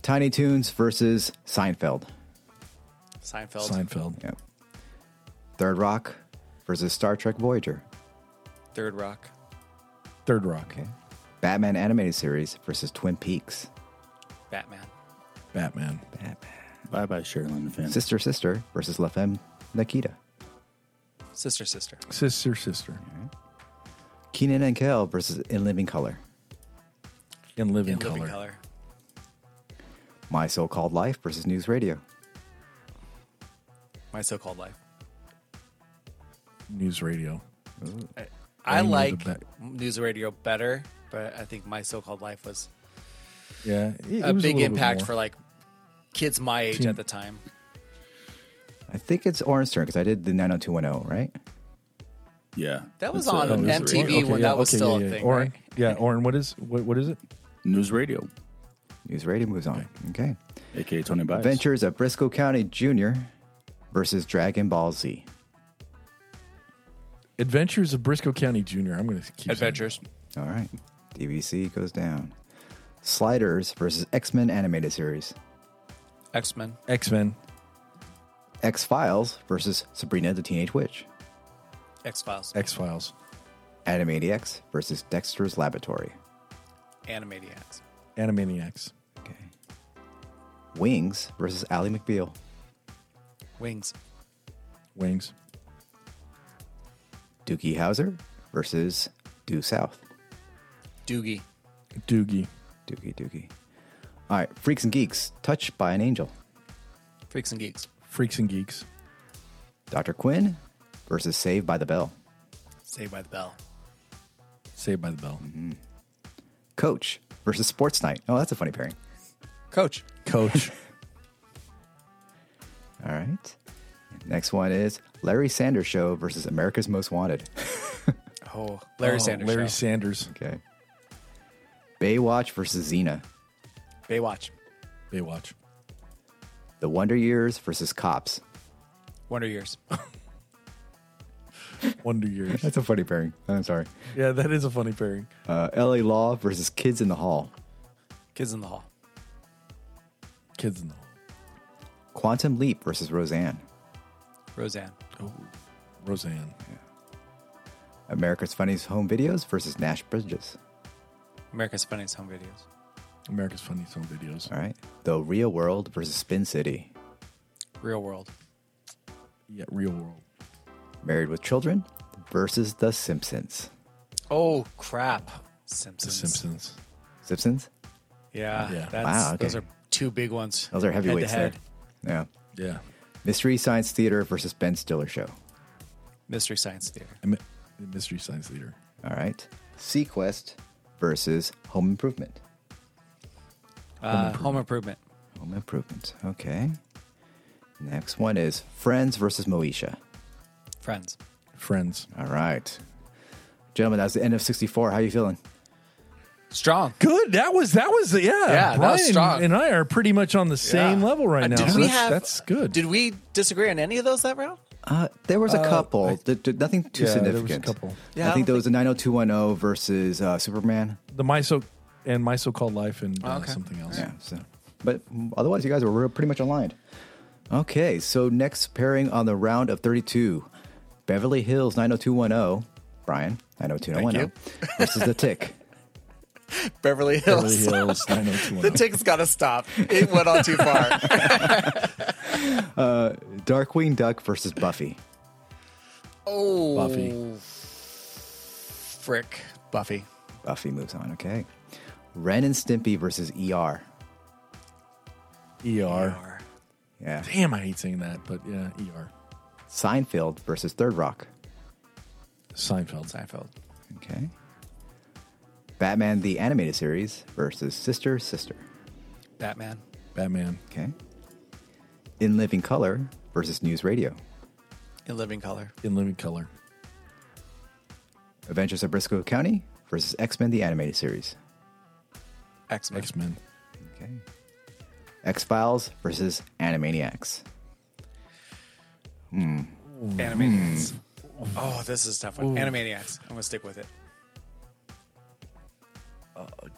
Speaker 3: Tiny Toons versus Seinfeld.
Speaker 1: Seinfeld.
Speaker 2: Seinfeld.
Speaker 3: Yeah. Third Rock versus Star Trek Voyager.
Speaker 1: Third Rock.
Speaker 2: Third Rock.
Speaker 3: Okay. Batman animated series versus Twin Peaks.
Speaker 1: Batman.
Speaker 2: Batman.
Speaker 4: bye bye, Sherilyn fan.
Speaker 3: Sister Sister versus La Femme Nikita.
Speaker 1: Sister, sister.
Speaker 2: Sister. Sister.
Speaker 3: Keenan and Kel versus In Living Color.
Speaker 2: In Living,
Speaker 1: In
Speaker 2: color.
Speaker 1: living color.
Speaker 3: My So Called Life versus News Radio.
Speaker 1: My so called life.
Speaker 2: News Radio.
Speaker 1: I,
Speaker 2: I know the
Speaker 1: like
Speaker 2: back-
Speaker 1: news radio better, but I think my so called life was
Speaker 2: Yeah. it- it
Speaker 1: a
Speaker 2: was
Speaker 1: big
Speaker 2: little bit
Speaker 1: impact
Speaker 2: more.
Speaker 1: for like kids my age
Speaker 2: Teen-
Speaker 1: at the time.
Speaker 3: I think it's Orange Turn because I did the 90210, right?
Speaker 4: Yeah,
Speaker 1: That was
Speaker 4: It's, uh,
Speaker 1: on
Speaker 4: it was
Speaker 2: News
Speaker 1: MTV
Speaker 2: Radio.
Speaker 4: radio.
Speaker 1: when that was still a
Speaker 2: yeah, yeah.
Speaker 1: thing,
Speaker 2: Orin,
Speaker 1: right?
Speaker 2: yeah, Orin, what is what, what is it?
Speaker 4: Oh, News radio,
Speaker 3: News Radio moves on. Okay.
Speaker 4: aka Tony Bias.
Speaker 3: Adventures of Briscoe County Jr. versus Dragon Ball Z.
Speaker 2: Adventures of Briscoe County Jr. I'm going to keep saying
Speaker 1: Adventures.
Speaker 3: All right. DVC goes down. Sliders versus X Men animated series.
Speaker 1: X Men.
Speaker 2: that. X-Men,
Speaker 3: X Files versus Sabrina the Teenage Witch.
Speaker 1: X Files.
Speaker 2: X-Files,
Speaker 3: Animaniacs versus Dexter's Laboratory.
Speaker 1: Animaniacs.
Speaker 2: Animaniacs,
Speaker 3: Okay. Wings versus Ally McBeal.
Speaker 1: Wings.
Speaker 2: Wings,
Speaker 3: Dookie Howser versus Due South.
Speaker 1: Doogie.
Speaker 2: Doogie,
Speaker 3: Dookie Dookie. All right. Freaks and Geeks. Touched by an Angel.
Speaker 1: Freaks and Geeks.
Speaker 2: Freaks and Geeks,
Speaker 3: Dr. Quinn versus Saved by the Bell.
Speaker 1: Saved by the Bell.
Speaker 2: Saved by the Bell,
Speaker 3: Coach versus Sports Night. Oh, that's a funny pairing.
Speaker 1: Coach.
Speaker 2: Coach,
Speaker 3: All right. Next one is Larry Sanders Show versus America's Most Wanted.
Speaker 1: Oh, Larry
Speaker 2: Oh,
Speaker 1: Sanders.
Speaker 2: Larry
Speaker 1: Larry
Speaker 2: Sanders,
Speaker 3: Okay. Baywatch versus Xena.
Speaker 1: Baywatch.
Speaker 2: Baywatch,
Speaker 3: The Wonder Years versus Cops.
Speaker 1: Wonder Years.
Speaker 2: Wonder Years.
Speaker 3: That's a funny pairing. I'm sorry.
Speaker 2: yeah, that is a funny pairing.
Speaker 3: Uh, LA Law versus Kids in the Hall.
Speaker 1: Kids in the Hall.
Speaker 2: Kids in the Hall,
Speaker 3: Quantum Leap versus Roseanne.
Speaker 1: Roseanne.
Speaker 2: Roseanne,
Speaker 3: America's Funniest Home Videos versus Nash Bridges.
Speaker 1: America's Funniest Home Videos.
Speaker 2: America's Funniest Home Videos,
Speaker 3: All right. The Real World versus Spin City.
Speaker 1: Real World.
Speaker 2: yeah, Real World,
Speaker 3: Married with Children versus The Simpsons.
Speaker 1: Oh crap.
Speaker 2: The
Speaker 1: Simpsons.
Speaker 2: Simpsons,
Speaker 3: Simpsons?
Speaker 1: Yeah.
Speaker 2: Yeah.
Speaker 1: That's,
Speaker 3: Wow, okay.
Speaker 1: Those are two big ones.
Speaker 3: Those are heavyweights
Speaker 1: Head-to-head.
Speaker 3: there. Yeah.
Speaker 2: yeah,
Speaker 3: Mystery Science Theater versus Ben Stiller Show.
Speaker 1: Mystery Science Theater.
Speaker 2: and Mi- Mystery Science Theater,
Speaker 3: All right. Sequest versus Home Improvement.
Speaker 1: Uh, Home Improvement.
Speaker 3: Home Improvement. Okay. Next one is Friends versus Moesha.
Speaker 1: Friends.
Speaker 2: Friends.
Speaker 3: All right. Gentlemen, that's the end of 64. How you feeling?
Speaker 1: Strong.
Speaker 2: Good. That was that was yeah.
Speaker 1: that was
Speaker 2: Brian
Speaker 1: strong.
Speaker 2: and I are pretty much on the same
Speaker 1: Yeah. Uh,
Speaker 2: level right now.
Speaker 1: Did
Speaker 2: so
Speaker 1: we
Speaker 2: that's,
Speaker 1: have-
Speaker 2: that's good.
Speaker 1: Did we disagree on any of those that round?
Speaker 3: Uh, there was a couple, Th- th- nothing too
Speaker 2: Yeah, there was a
Speaker 3: significant.
Speaker 2: couple.
Speaker 1: Yeah, I
Speaker 3: I
Speaker 1: don't
Speaker 3: think there was a 90210 versus uh, Superman.
Speaker 2: the my so and my so-called life and
Speaker 1: Oh,
Speaker 2: uh, something else.
Speaker 3: Yeah. So, but otherwise, you guys were re- pretty much aligned. Okay, so next pairing on the round of 32, Beverly Hills 90210, Brian 90210 versus the Tick.
Speaker 1: Beverly Hills.
Speaker 2: Beverly Hills,
Speaker 1: the
Speaker 2: 90210.
Speaker 1: tick's got to stop. It went on too far.
Speaker 3: Darkwing Duck versus Buffy.
Speaker 1: Oh,
Speaker 2: Buffy.
Speaker 1: frick, Buffy.
Speaker 3: Buffy moves on. Okay, Ren and Stimpy versus ER.
Speaker 2: ER.
Speaker 3: Yeah,
Speaker 2: Damn, I hate saying that, but yeah, ER.
Speaker 3: Seinfeld versus Third Rock.
Speaker 2: Seinfeld.
Speaker 1: Seinfeld.
Speaker 3: Okay. Batman the animated series versus Sister Sister.
Speaker 1: Batman.
Speaker 2: Batman.
Speaker 3: Okay. In Living Color versus News Radio.
Speaker 1: In Living Color.
Speaker 2: In Living Color.
Speaker 3: Adventures of Briscoe County versus X Men the animated series.
Speaker 1: X Men.
Speaker 2: X Men.
Speaker 3: Okay. X Files versus Animaniacs.
Speaker 1: Mm. Animaniacs. Oh, this is a tough one. Animaniacs. I'm gonna stick with it.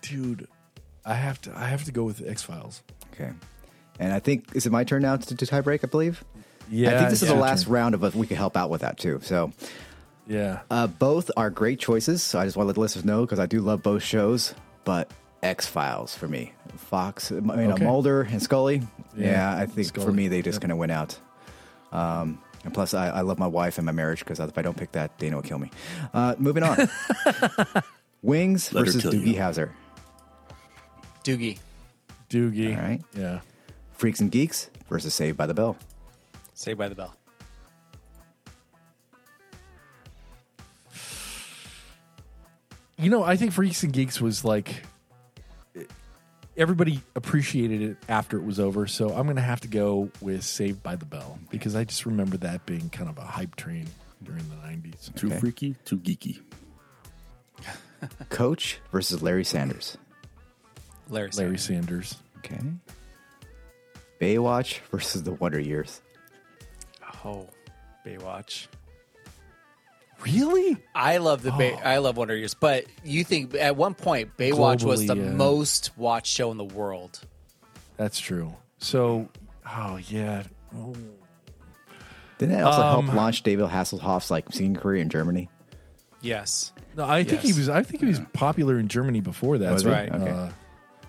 Speaker 2: Dude, I have to. I have to go with X Files.
Speaker 3: Okay. And I think is it my turn now to, to tie break? I believe. I
Speaker 2: Yeah,
Speaker 3: think this is
Speaker 2: yeah.
Speaker 3: the last round of us. We can help out with that too. So
Speaker 2: Yeah.
Speaker 3: uh, both are great choices. So I just want to let the listeners know because I do love both shows, but X Files for me, Fox, you know,
Speaker 2: Okay.
Speaker 3: Mulder and Scully. Yeah, I think for
Speaker 2: Scully.
Speaker 3: me they just kind of went out. Um, and plus, I, I love my wife and my marriage because if I don't pick that, Dana will kill me. Uh, moving on, Wings
Speaker 4: Let her
Speaker 3: versus
Speaker 4: kill
Speaker 3: Doogie
Speaker 4: you.
Speaker 3: Howser,
Speaker 1: Doogie.
Speaker 2: Doogie.
Speaker 3: All right.
Speaker 2: Yeah.
Speaker 3: Freaks and Geeks versus Saved by the Bell.
Speaker 1: Saved by the Bell.
Speaker 2: You know, I think Freaks and Geeks was like everybody appreciated it after it was over. So I'm gonna have to go with Saved by the Bell because I just remember that being kind of a hype train during the '90s.
Speaker 4: Too freaky, too geeky.
Speaker 3: Coach versus Larry Sanders.
Speaker 1: Larry.
Speaker 2: Larry
Speaker 1: Sanders.
Speaker 2: Sanders.
Speaker 3: Okay. Baywatch versus The Wonder Years.
Speaker 1: Oh, Baywatch.
Speaker 2: Really?
Speaker 1: I love the
Speaker 2: Oh.
Speaker 1: Bay- I love Wonder Years, but you think at one point Baywatch was
Speaker 2: Globally,
Speaker 1: the
Speaker 2: yeah.
Speaker 1: most watched show in the world.
Speaker 2: That's true. So, oh yeah,
Speaker 3: Didn't that also
Speaker 1: Um,
Speaker 3: help launch David Hasselhoff's like singing career in Germany?
Speaker 1: Yes.
Speaker 2: no, I think he
Speaker 1: Yes.
Speaker 2: was. I think he was popular in Germany before that.
Speaker 3: Was
Speaker 2: so,
Speaker 1: he? Right.
Speaker 3: Okay.
Speaker 2: Uh,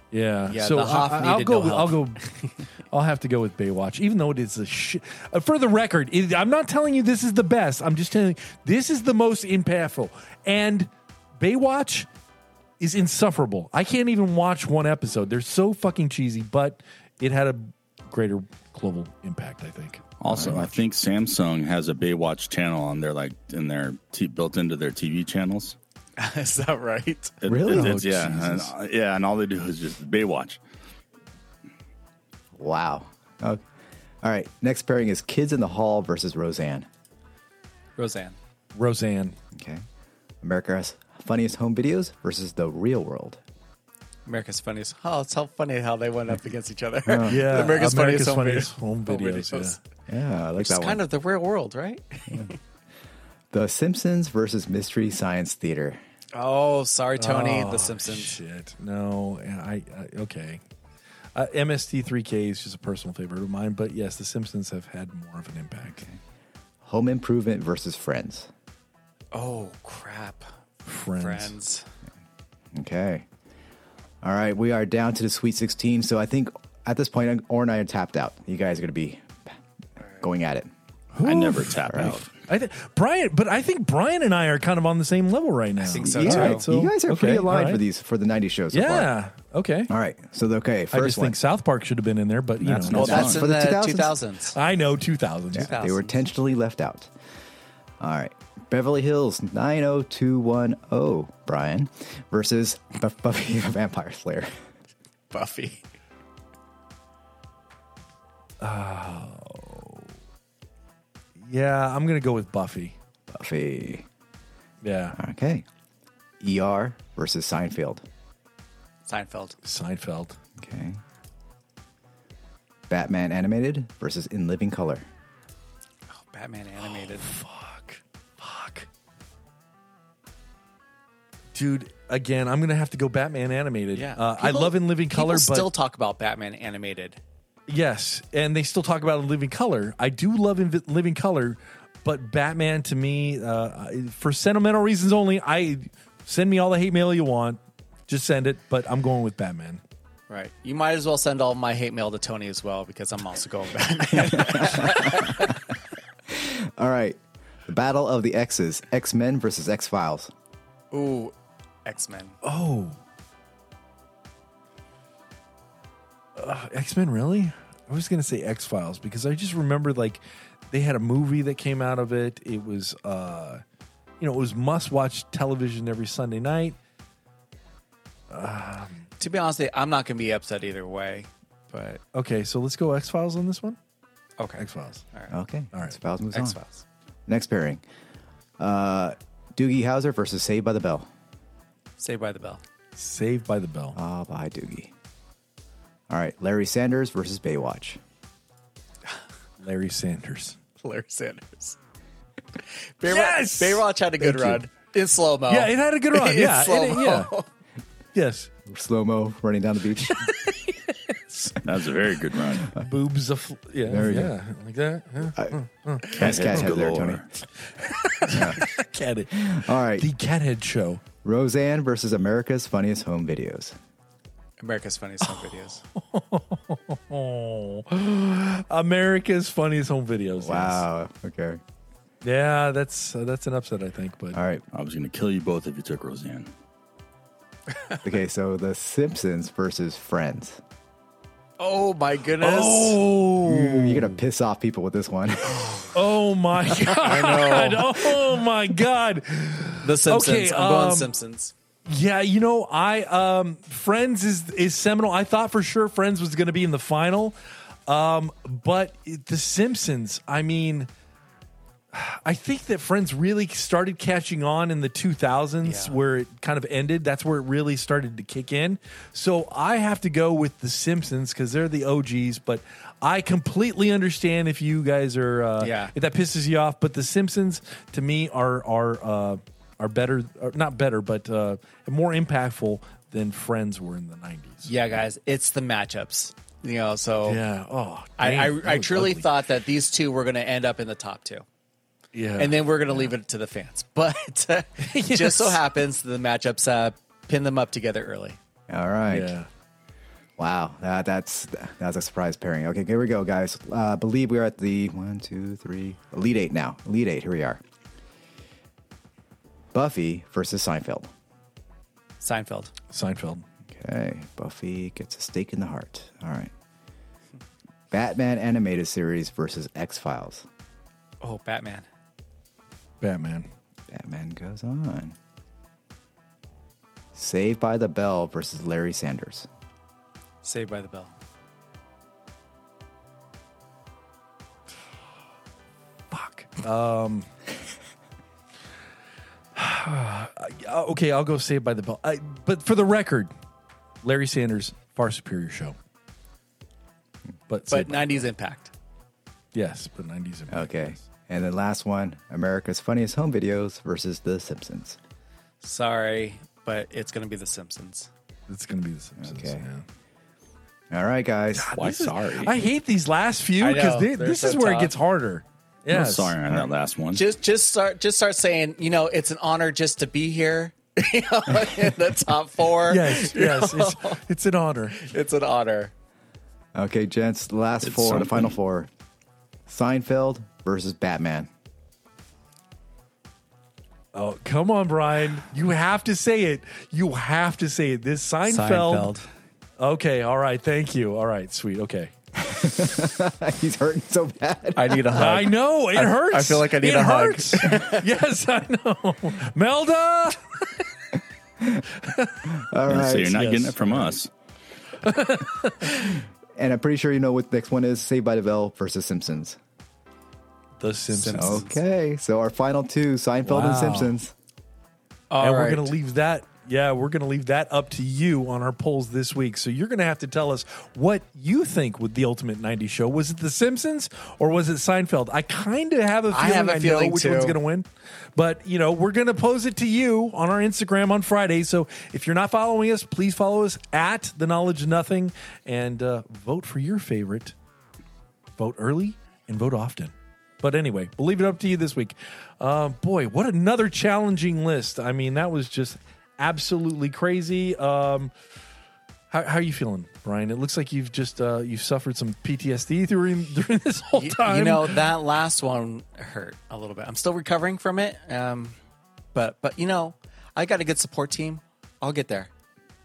Speaker 2: yeah.
Speaker 1: Yeah,
Speaker 2: So
Speaker 1: the Hoff
Speaker 2: I, I- I'll
Speaker 1: needed
Speaker 2: go.
Speaker 1: no
Speaker 2: with- I'll
Speaker 1: help.
Speaker 2: go. I'll have to go with Baywatch, even though it is a shit. Uh, for the record, it, I'm not telling you this is the best. I'm just telling you this is the most impactful. And Baywatch is insufferable. I can't even watch one episode. They're so fucking cheesy, but it had a greater global impact. I think.
Speaker 4: Also, I think Samsung has a Baywatch channel on their like in their t- built into their TV channels.
Speaker 1: Is that right?
Speaker 4: It-
Speaker 3: Really?
Speaker 4: it- it's,
Speaker 2: Oh,
Speaker 4: yeah, and,
Speaker 2: Jesus.
Speaker 4: uh, yeah, and all they do is just Baywatch.
Speaker 3: Wow. Oh. All right. Next pairing is Kids in the Hall versus Roseanne.
Speaker 1: Roseanne.
Speaker 2: Roseanne.
Speaker 3: Okay. America's Funniest Home Videos versus The Real World.
Speaker 1: America's Funniest. Oh, it's how funny how they went up against each other.
Speaker 2: Yeah,
Speaker 1: America's, Funniest,
Speaker 2: America's
Speaker 1: home,
Speaker 2: Funniest
Speaker 1: videos.
Speaker 2: Home Videos,
Speaker 3: Yeah, I like
Speaker 1: It's
Speaker 3: that one.
Speaker 1: kind of the real world, right?
Speaker 3: the Simpsons versus Mystery Science Theater.
Speaker 1: Oh, sorry, Tony.
Speaker 2: Oh,
Speaker 1: the Simpsons.
Speaker 2: Shit. No, I, I okay. Uh, MST3K is just a personal favorite of mine, but yes, the Simpsons have had more of an impact.
Speaker 3: Home Improvement versus Friends.
Speaker 1: Oh crap.
Speaker 2: Friends.
Speaker 1: Friends.
Speaker 3: Okay. All right. We are down to the Sweet 16. So I think at this point, Or and I are tapped out. You guys are going to be going at it.
Speaker 4: I never tap out.
Speaker 2: I think Brian, but I think Brian and I are kind of on the same level right now. I
Speaker 1: think so,
Speaker 3: yeah,
Speaker 1: too.
Speaker 2: All right, so-
Speaker 3: you guys are pretty
Speaker 2: okay,
Speaker 3: aligned
Speaker 2: all right.
Speaker 3: for these for the 90s shows. So far.
Speaker 2: Yeah. Okay.
Speaker 3: All right. So the- okay, first
Speaker 2: I just
Speaker 3: one.
Speaker 2: think South Park should have been in there, but you
Speaker 4: That's
Speaker 2: know,
Speaker 1: Well,
Speaker 4: not-
Speaker 2: that's-
Speaker 1: that's
Speaker 3: on.
Speaker 1: in
Speaker 3: For
Speaker 1: the
Speaker 3: the
Speaker 1: two
Speaker 3: 2000s?
Speaker 1: thousands.
Speaker 2: I know two thousands.
Speaker 3: Yeah, they were intentionally left out. All right. Beverly Hills 90210, oh, Brian, versus Bu- Buffy the Vampire Slayer.
Speaker 1: Buffy.
Speaker 2: Yeah, I'm gonna go with Buffy.
Speaker 3: Buffy.
Speaker 2: Yeah.
Speaker 3: Okay. ER versus E Seinfeld.
Speaker 1: Seinfeld.
Speaker 2: Seinfeld.
Speaker 3: Okay. Batman animated versus in living color.
Speaker 1: Oh, Batman animated.
Speaker 2: Oh, Fuck. Fuck. Dude, again, I'm gonna have to go Batman animated.
Speaker 1: yeah,
Speaker 2: Uh, I
Speaker 1: People-
Speaker 2: love in living color, but
Speaker 1: people still talk about Batman animated.
Speaker 2: Yes, and they still talk about in Living Color. I do love in Living Color, but Batman to me, uh, for sentimental reasons only, I send me all the hate mail you want. Just send it, but I'm going with Batman.
Speaker 1: Right. You might as well send all my hate mail to Tony as well because I'm also going Batman.
Speaker 3: All right. The Battle of the X's X Men versus X Files.
Speaker 1: Ooh, X Men.
Speaker 2: Oh, uh, X Men, really? I was gonna say X Files because I just remembered like they had a movie that came out of it. It was, uh, you know, it was must watch television every Sunday night.
Speaker 1: To be honest, I'm not going to be upset either way. But
Speaker 2: Okay, so let's go X Files on this one.
Speaker 1: okay,
Speaker 2: X Files.
Speaker 3: Okay.
Speaker 2: All right.
Speaker 3: X Files moves
Speaker 1: X
Speaker 3: on.
Speaker 1: Files.
Speaker 3: Next pairing. Uh, Doogie Howser versus Saved by the Bell.
Speaker 1: Saved by the Bell.
Speaker 2: Saved by the Bell.
Speaker 3: Ah, bye, Doogie. All right. Larry Sanders versus Baywatch.
Speaker 2: Larry Sanders.
Speaker 1: Larry Sanders. Baywatch,
Speaker 2: Yes!
Speaker 1: Baywatch had a good
Speaker 2: Thank you.
Speaker 1: run in slow mo.
Speaker 2: Yeah, it had a good run. Yeah, it-
Speaker 1: slow mo.
Speaker 2: yeah. Yes.
Speaker 3: Slow mo running down the beach.
Speaker 4: That's a very good run.
Speaker 2: Boobs. A fl- yeah.
Speaker 3: we go.
Speaker 2: yeah. Like that. Yeah.
Speaker 3: Best cat head there, Tony.
Speaker 4: Galore.
Speaker 2: Cathead.
Speaker 3: All right.
Speaker 2: The Cathead Show.
Speaker 3: Roseanne versus America's Funniest Home Videos.
Speaker 1: America's Funniest Home Videos.
Speaker 2: Oh. America's Funniest Home Videos. yes.
Speaker 3: Wow. Okay.
Speaker 2: Yeah, that's uh, that's an upset, I think. But
Speaker 3: All right.
Speaker 4: I was going to kill you both if you took Roseanne.
Speaker 3: Okay. So The Simpsons versus Friends.
Speaker 1: Oh my goodness.
Speaker 2: Oh,
Speaker 3: You're gonna piss off people with this one.
Speaker 2: oh my god! Oh my god!
Speaker 1: The Simpsons.
Speaker 2: Okay,
Speaker 1: I'm going
Speaker 2: um,
Speaker 1: Simpsons.
Speaker 2: Yeah, you know, I um Friends is is seminal. I thought for sure Friends was going to be in the final. Um but it- The Simpsons, I mean I think that Friends really started catching on in the 2000s
Speaker 1: Yeah.
Speaker 2: where it kind of ended. That's where it really started to kick in. So I have to go with The Simpsons cuz they're the OGs, but I completely understand if you guys are uh
Speaker 1: Yeah.
Speaker 2: if that pisses you off. But The Simpsons to me are are uh, are better, or not better, but uh, more impactful than Friends were in the nineties.
Speaker 1: Yeah, guys, it's the matchups. You know, so
Speaker 2: Yeah. Oh,
Speaker 1: I,
Speaker 2: damn, that
Speaker 1: I, I
Speaker 2: was
Speaker 1: truly
Speaker 2: ugly.
Speaker 1: thought that these two were going to end up in the top two.
Speaker 2: Yeah.
Speaker 1: and then we're going to leave it to the fans. But uh, it
Speaker 2: Yes.
Speaker 1: just so happens the matchups uh, pin them up together early.
Speaker 3: All right.
Speaker 2: yeah.
Speaker 3: Wow. That, that's that's a surprise pairing. Okay. Here we go, guys. Uh, I believe we are at the one, two, three, lead eight now. Lead eight. Here we are. Buffy versus Seinfeld.
Speaker 1: Seinfeld.
Speaker 2: Seinfeld.
Speaker 3: Okay. Buffy gets a stake in the heart. All right. Batman animated series versus X Files.
Speaker 1: Oh, Batman.
Speaker 2: Batman.
Speaker 3: Batman goes on. Saved by the Bell versus Larry Sanders.
Speaker 1: Saved by the Bell.
Speaker 2: Fuck. Um. uh, okay, I'll go Saved by the Bell. I, but for the record, Larry Sanders far superior show. But,
Speaker 1: But
Speaker 2: Saved by-
Speaker 1: 90s impact.
Speaker 2: yes, but nineties.
Speaker 3: Okay. And then last one America's Funniest Home Videos versus The Simpsons.
Speaker 1: Sorry, but it's going to be The Simpsons.
Speaker 2: It's gonna be the Simpsons.
Speaker 3: Okay.
Speaker 2: yeah.
Speaker 3: All right, guys.
Speaker 4: Why sorry?
Speaker 2: I hate these last few
Speaker 1: I
Speaker 2: because
Speaker 1: know, they're
Speaker 2: this
Speaker 1: so
Speaker 2: is where
Speaker 1: tough.
Speaker 2: it gets harder.
Speaker 4: I'm
Speaker 2: Yeah,
Speaker 4: sorry on that last one.
Speaker 1: Just just start just start saying, you know, it's an honor just to be here you know, in the top four.
Speaker 2: Yes, yes, it's, it's an honor.
Speaker 1: It's an honor.
Speaker 3: Okay, gents, the last
Speaker 4: It's
Speaker 3: four, the
Speaker 4: something.
Speaker 3: final four Seinfeld versus Batman.
Speaker 2: Oh, come on, Brian! You have to say it. You have to say it. This Seinfeld. Okay, all right. Thank you. All right, sweet. Okay.
Speaker 3: He's hurting so bad.
Speaker 1: I need a hug.
Speaker 2: I know it hurts.
Speaker 1: I feel like I need
Speaker 2: it
Speaker 1: a hug.
Speaker 2: hurts. yes, I know. Melda.
Speaker 3: All
Speaker 4: so
Speaker 3: right.
Speaker 4: you're not
Speaker 2: yes.
Speaker 4: getting it from us.
Speaker 3: and I'm pretty sure you know what the next one is Saved by the Bell versus Simpsons.
Speaker 2: The Simpsons.
Speaker 1: Simpsons.
Speaker 3: Okay, so our final two Seinfeld
Speaker 2: Wow.
Speaker 3: and Simpsons.
Speaker 1: All
Speaker 2: and we're
Speaker 1: right.
Speaker 2: gonna leave that Yeah, we're going to leave that up to you on our polls this week. So you're going to have to tell us what you think with the Ultimate 90 Show. Was it The Simpsons or was it Seinfeld? I kind of have a
Speaker 1: I
Speaker 2: feeling I,
Speaker 1: have a
Speaker 2: know
Speaker 1: feeling
Speaker 2: which one's
Speaker 1: too.
Speaker 2: going to win. But, you know, we're going to pose it to you on our Instagram on Friday. So if you're not following us, please follow us at The Knowledge of Nothing and uh, vote for your favorite. Vote early and vote often. But anyway, we'll leave it up to you this week. Uh, boy, what another challenging list. I mean, that was just absolutely crazy. Um, how, how are you feeling, Brian? It looks like you've just uh, you've suffered some PTSD during during this whole
Speaker 1: Y-
Speaker 2: time.
Speaker 1: You know that last one hurt a little bit. I'm still recovering from it, um, but but you know, I got a good support team. I'll get there.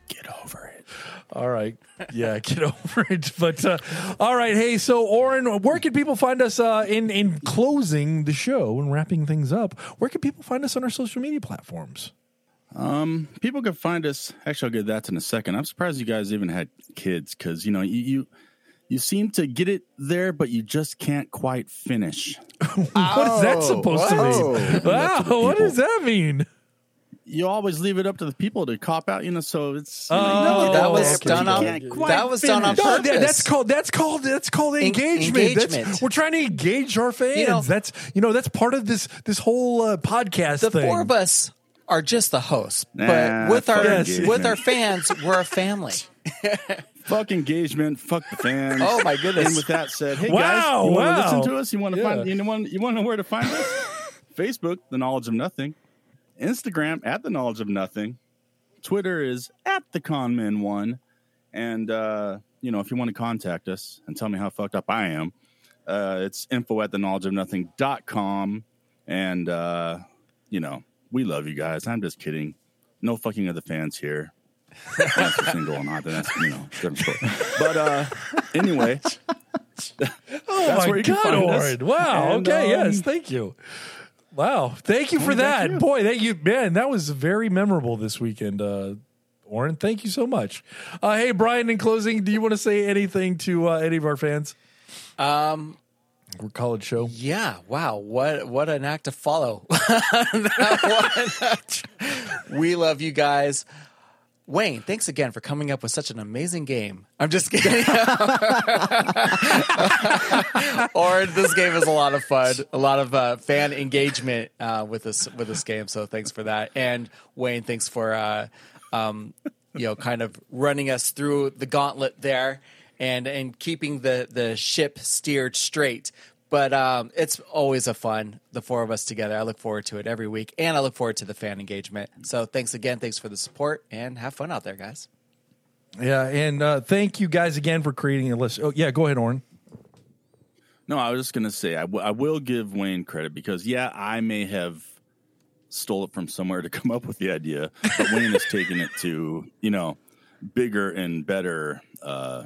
Speaker 2: get over it. All right, yeah, get over it. But uh, all right, hey, so Oren, where can people find us uh, in in closing the show and wrapping things up? Where can people find us on our social media platforms?
Speaker 4: Um, people can find us. Actually, I'll get that in a second. I'm surprised you guys even had kids because you know you, you you seem to get it there, but you just can't quite finish.
Speaker 2: What is that
Speaker 3: Oh,
Speaker 2: supposed
Speaker 3: whoa.
Speaker 2: to mean? Wow, what does that mean?
Speaker 4: You always leave it up to the people to cop out, you know. So it's
Speaker 2: Oh,
Speaker 1: that was
Speaker 4: okay.
Speaker 1: done
Speaker 4: You
Speaker 1: on
Speaker 4: can't quite
Speaker 1: that was done on
Speaker 4: finish.
Speaker 2: No,
Speaker 1: purpose.
Speaker 2: that- that's called that's called that's called engagement. That's-
Speaker 1: engagement.
Speaker 2: we're trying to engage our fans.
Speaker 1: know-
Speaker 2: that's you know that's part of this this whole uh, podcast
Speaker 1: the
Speaker 2: thing.
Speaker 1: four of us are just the hosts,
Speaker 4: Nah,
Speaker 1: but with
Speaker 4: fuck
Speaker 1: our
Speaker 4: engagement.
Speaker 1: with our fans, we're a family.
Speaker 4: Fuck engagement. Fuck the fans.
Speaker 1: Oh, my goodness.
Speaker 4: And with that said, hey
Speaker 2: Wow,
Speaker 4: guys, you
Speaker 2: wow.
Speaker 4: want to listen to us? You want to
Speaker 2: Yeah.
Speaker 4: find? You want? You want to know where to find us? Facebook, the knowledge of nothing. Instagram at the knowledge of nothing. Twitter is at the conman one. And uh, you know, if you want to contact us and tell me how fucked up I am, uh, it's info at the knowledge of nothing dot com. And uh, you know, we love you guys. I'm just kidding. No fucking other fans here. Unless you're single or not, then that's you know different story. But uh, anyway,
Speaker 2: oh
Speaker 4: that's
Speaker 2: my
Speaker 4: where you can
Speaker 2: God,
Speaker 4: find us.
Speaker 2: Warren. Wow.
Speaker 4: And,
Speaker 2: okay.
Speaker 4: um,
Speaker 2: yes. Thank you. Wow. Thank you for that, boy. That you man. That was very memorable this weekend. Uh, Warren, thank you so much. Uh, hey, Brian. In closing, do you want to say anything to uh, any of our fans?
Speaker 1: Um,
Speaker 2: We're college show.
Speaker 1: Yeah, wow. What what an act to follow. That one. we love you guys. Wayne, thanks again for coming up with such an amazing game. I'm just kidding. or this game is a lot of fun, a lot of uh, fan engagement uh, with this with this game. So thanks for that. And Wayne, thanks for uh, um, you know kind of running us through the gauntlet there and and keeping the the ship steered straight. But um, it's always a fun, the four of us together. I look forward to it every week, and I look forward to the fan engagement. So thanks again, thanks for the support, and have fun out there, guys.
Speaker 2: Yeah, and uh, thank you guys again for creating a list. Oh, yeah, go ahead, Oren.
Speaker 4: No, I was just gonna say I, w- I will give Wayne credit because yeah, I may have stole it from somewhere to come up with the idea, but Wayne has taken it to you know bigger and better uh,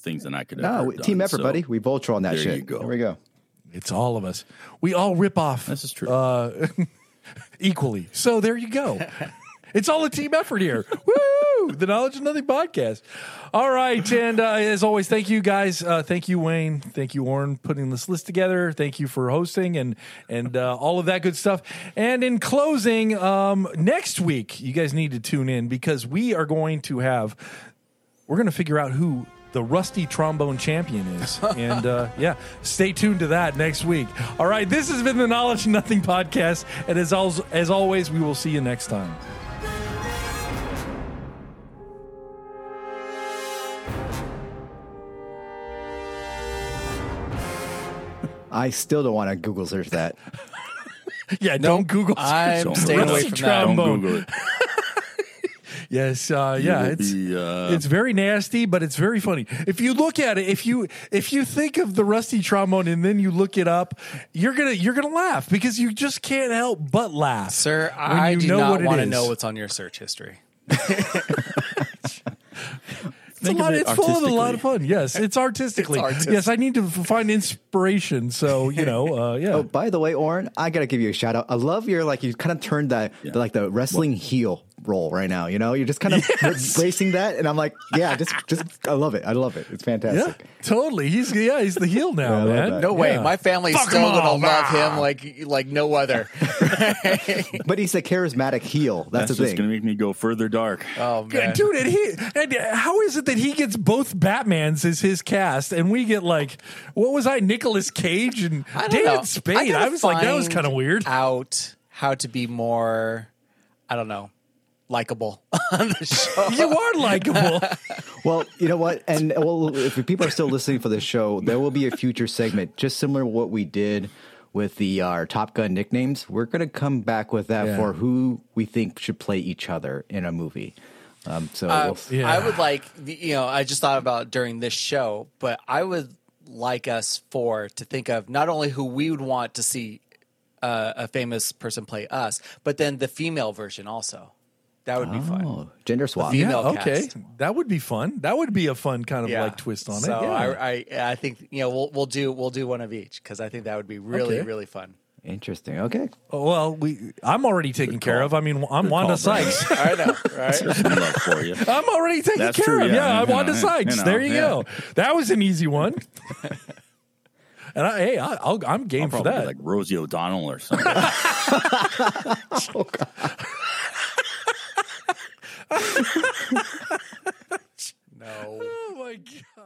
Speaker 4: things than I could.
Speaker 3: No,
Speaker 4: ever
Speaker 3: we-
Speaker 4: done.
Speaker 3: team effort,
Speaker 4: So,
Speaker 3: buddy. We Voltron on that
Speaker 4: there
Speaker 3: shit.
Speaker 4: you go.
Speaker 3: There we go.
Speaker 2: It's all of us. We all rip off.
Speaker 4: This is true.
Speaker 2: Uh, equally. So there you go. it's all a team effort here. Woo! The Knowledge of Nothing podcast. All right. And uh, as always, thank you guys. Uh, thank you, Wayne. Thank you, Oren, putting this list together. Thank you for hosting and and uh, all of that good stuff. And in closing, um, next week, you guys need to tune in because we are going to have we're going to figure out who the rusty trombone champion is. and uh, yeah, stay tuned to that next week. All right, this has been the Knowledge Nothing podcast. And as, al- as always, we will see you next time.
Speaker 3: I still don't want to Google search that.
Speaker 2: Yeah, don't Google.
Speaker 1: I'm
Speaker 4: Don't
Speaker 1: staying
Speaker 4: Google
Speaker 1: away
Speaker 4: it.
Speaker 1: from that.
Speaker 4: Don't
Speaker 2: trombone.
Speaker 4: Google it.
Speaker 2: Yes, uh, yeah,
Speaker 4: will
Speaker 2: it's
Speaker 4: be, uh,
Speaker 2: it's very nasty, but it's very funny. If you look at it, if you if you think of the rusty trombone and then you look it up, you're gonna you're gonna laugh because you just can't help but laugh,
Speaker 1: Sir,
Speaker 2: when
Speaker 1: I
Speaker 2: you
Speaker 1: do
Speaker 2: know
Speaker 1: not
Speaker 2: what it
Speaker 1: want to
Speaker 2: is.
Speaker 1: know what's on your search history.
Speaker 2: It's, a
Speaker 4: Think of
Speaker 2: lot,
Speaker 4: it
Speaker 2: it's full of a lot of fun. Yes, it's artistically.
Speaker 1: It's artistic.
Speaker 2: Yes, I need to f- find inspiration. So you know, uh, yeah.
Speaker 1: Oh,
Speaker 3: By the way, Oren, I gotta give you a shout out. I love your like you kind of turned that like the wrestling heel role right now. You know, you're just kind of embracing that, and I'm like, yeah, just just I love it. I love it. It's
Speaker 2: Yeah,
Speaker 3: fantastic.
Speaker 2: totally. He's yeah, he's the heel now,
Speaker 3: love
Speaker 2: man.
Speaker 3: that.
Speaker 1: No way.
Speaker 2: Yeah.
Speaker 1: My family's
Speaker 2: Fuck 'em
Speaker 1: still gonna
Speaker 2: all.
Speaker 1: love him like like no other.
Speaker 3: But he's a charismatic heel. That's,
Speaker 4: That's
Speaker 3: the
Speaker 4: just
Speaker 3: thing.
Speaker 4: going to make me go further dark.
Speaker 1: Oh man.
Speaker 2: Dude, and he and uh, how is it that he gets both Batmans as his cast, and we get like what was I, Nicolas Cage and
Speaker 1: I don't
Speaker 2: David
Speaker 1: know.
Speaker 2: Spade?
Speaker 1: gotta
Speaker 2: I was like, that was
Speaker 1: find
Speaker 2: kind of weird.
Speaker 1: Out how to be more, I don't know, likable on the show.
Speaker 2: you are likable.
Speaker 3: Well, you know what? And well, if people are still listening for this show, there will be a future segment just similar to what we did with the our Top Gun nicknames. We're going to come back with that
Speaker 2: Yeah.
Speaker 3: for who we think should play each other in a movie. Um, so we'll,
Speaker 2: Yeah.
Speaker 1: I would like, the- you know, I just thought about during this show, but I would like us four to think of not only who we would want to see uh, a famous person play us, but then the female version also. That would be fun.
Speaker 3: oh, gender swap.
Speaker 1: The
Speaker 2: yeah,
Speaker 1: Female
Speaker 2: okay,
Speaker 1: cast.
Speaker 2: that would be fun. That would be a fun kind of like twist on
Speaker 1: So
Speaker 2: it. Yeah.
Speaker 1: I, I, I think you know we'll we'll do we'll do one of each because I think that would be really
Speaker 2: Okay.
Speaker 1: really fun.
Speaker 3: Interesting. Okay.
Speaker 2: Oh, well, we I'm already taken care of. I mean, I'm Wanda
Speaker 4: call, Brian.
Speaker 2: Sykes.
Speaker 1: I know, right?
Speaker 4: There's some love for you.
Speaker 2: I'm already taken
Speaker 4: That's
Speaker 2: care
Speaker 4: true,
Speaker 2: of.
Speaker 4: yeah.
Speaker 2: Yeah, I'm
Speaker 4: You
Speaker 2: Wanda
Speaker 4: know,
Speaker 2: Sykes.
Speaker 4: you know,
Speaker 2: there you
Speaker 4: yeah.
Speaker 2: go. That was an easy one. and I, hey, I, I'll, I'm game
Speaker 4: I'll
Speaker 2: for
Speaker 4: probably be
Speaker 2: that.
Speaker 4: like Rosie O'Donnell or something.
Speaker 1: no.
Speaker 2: oh my god.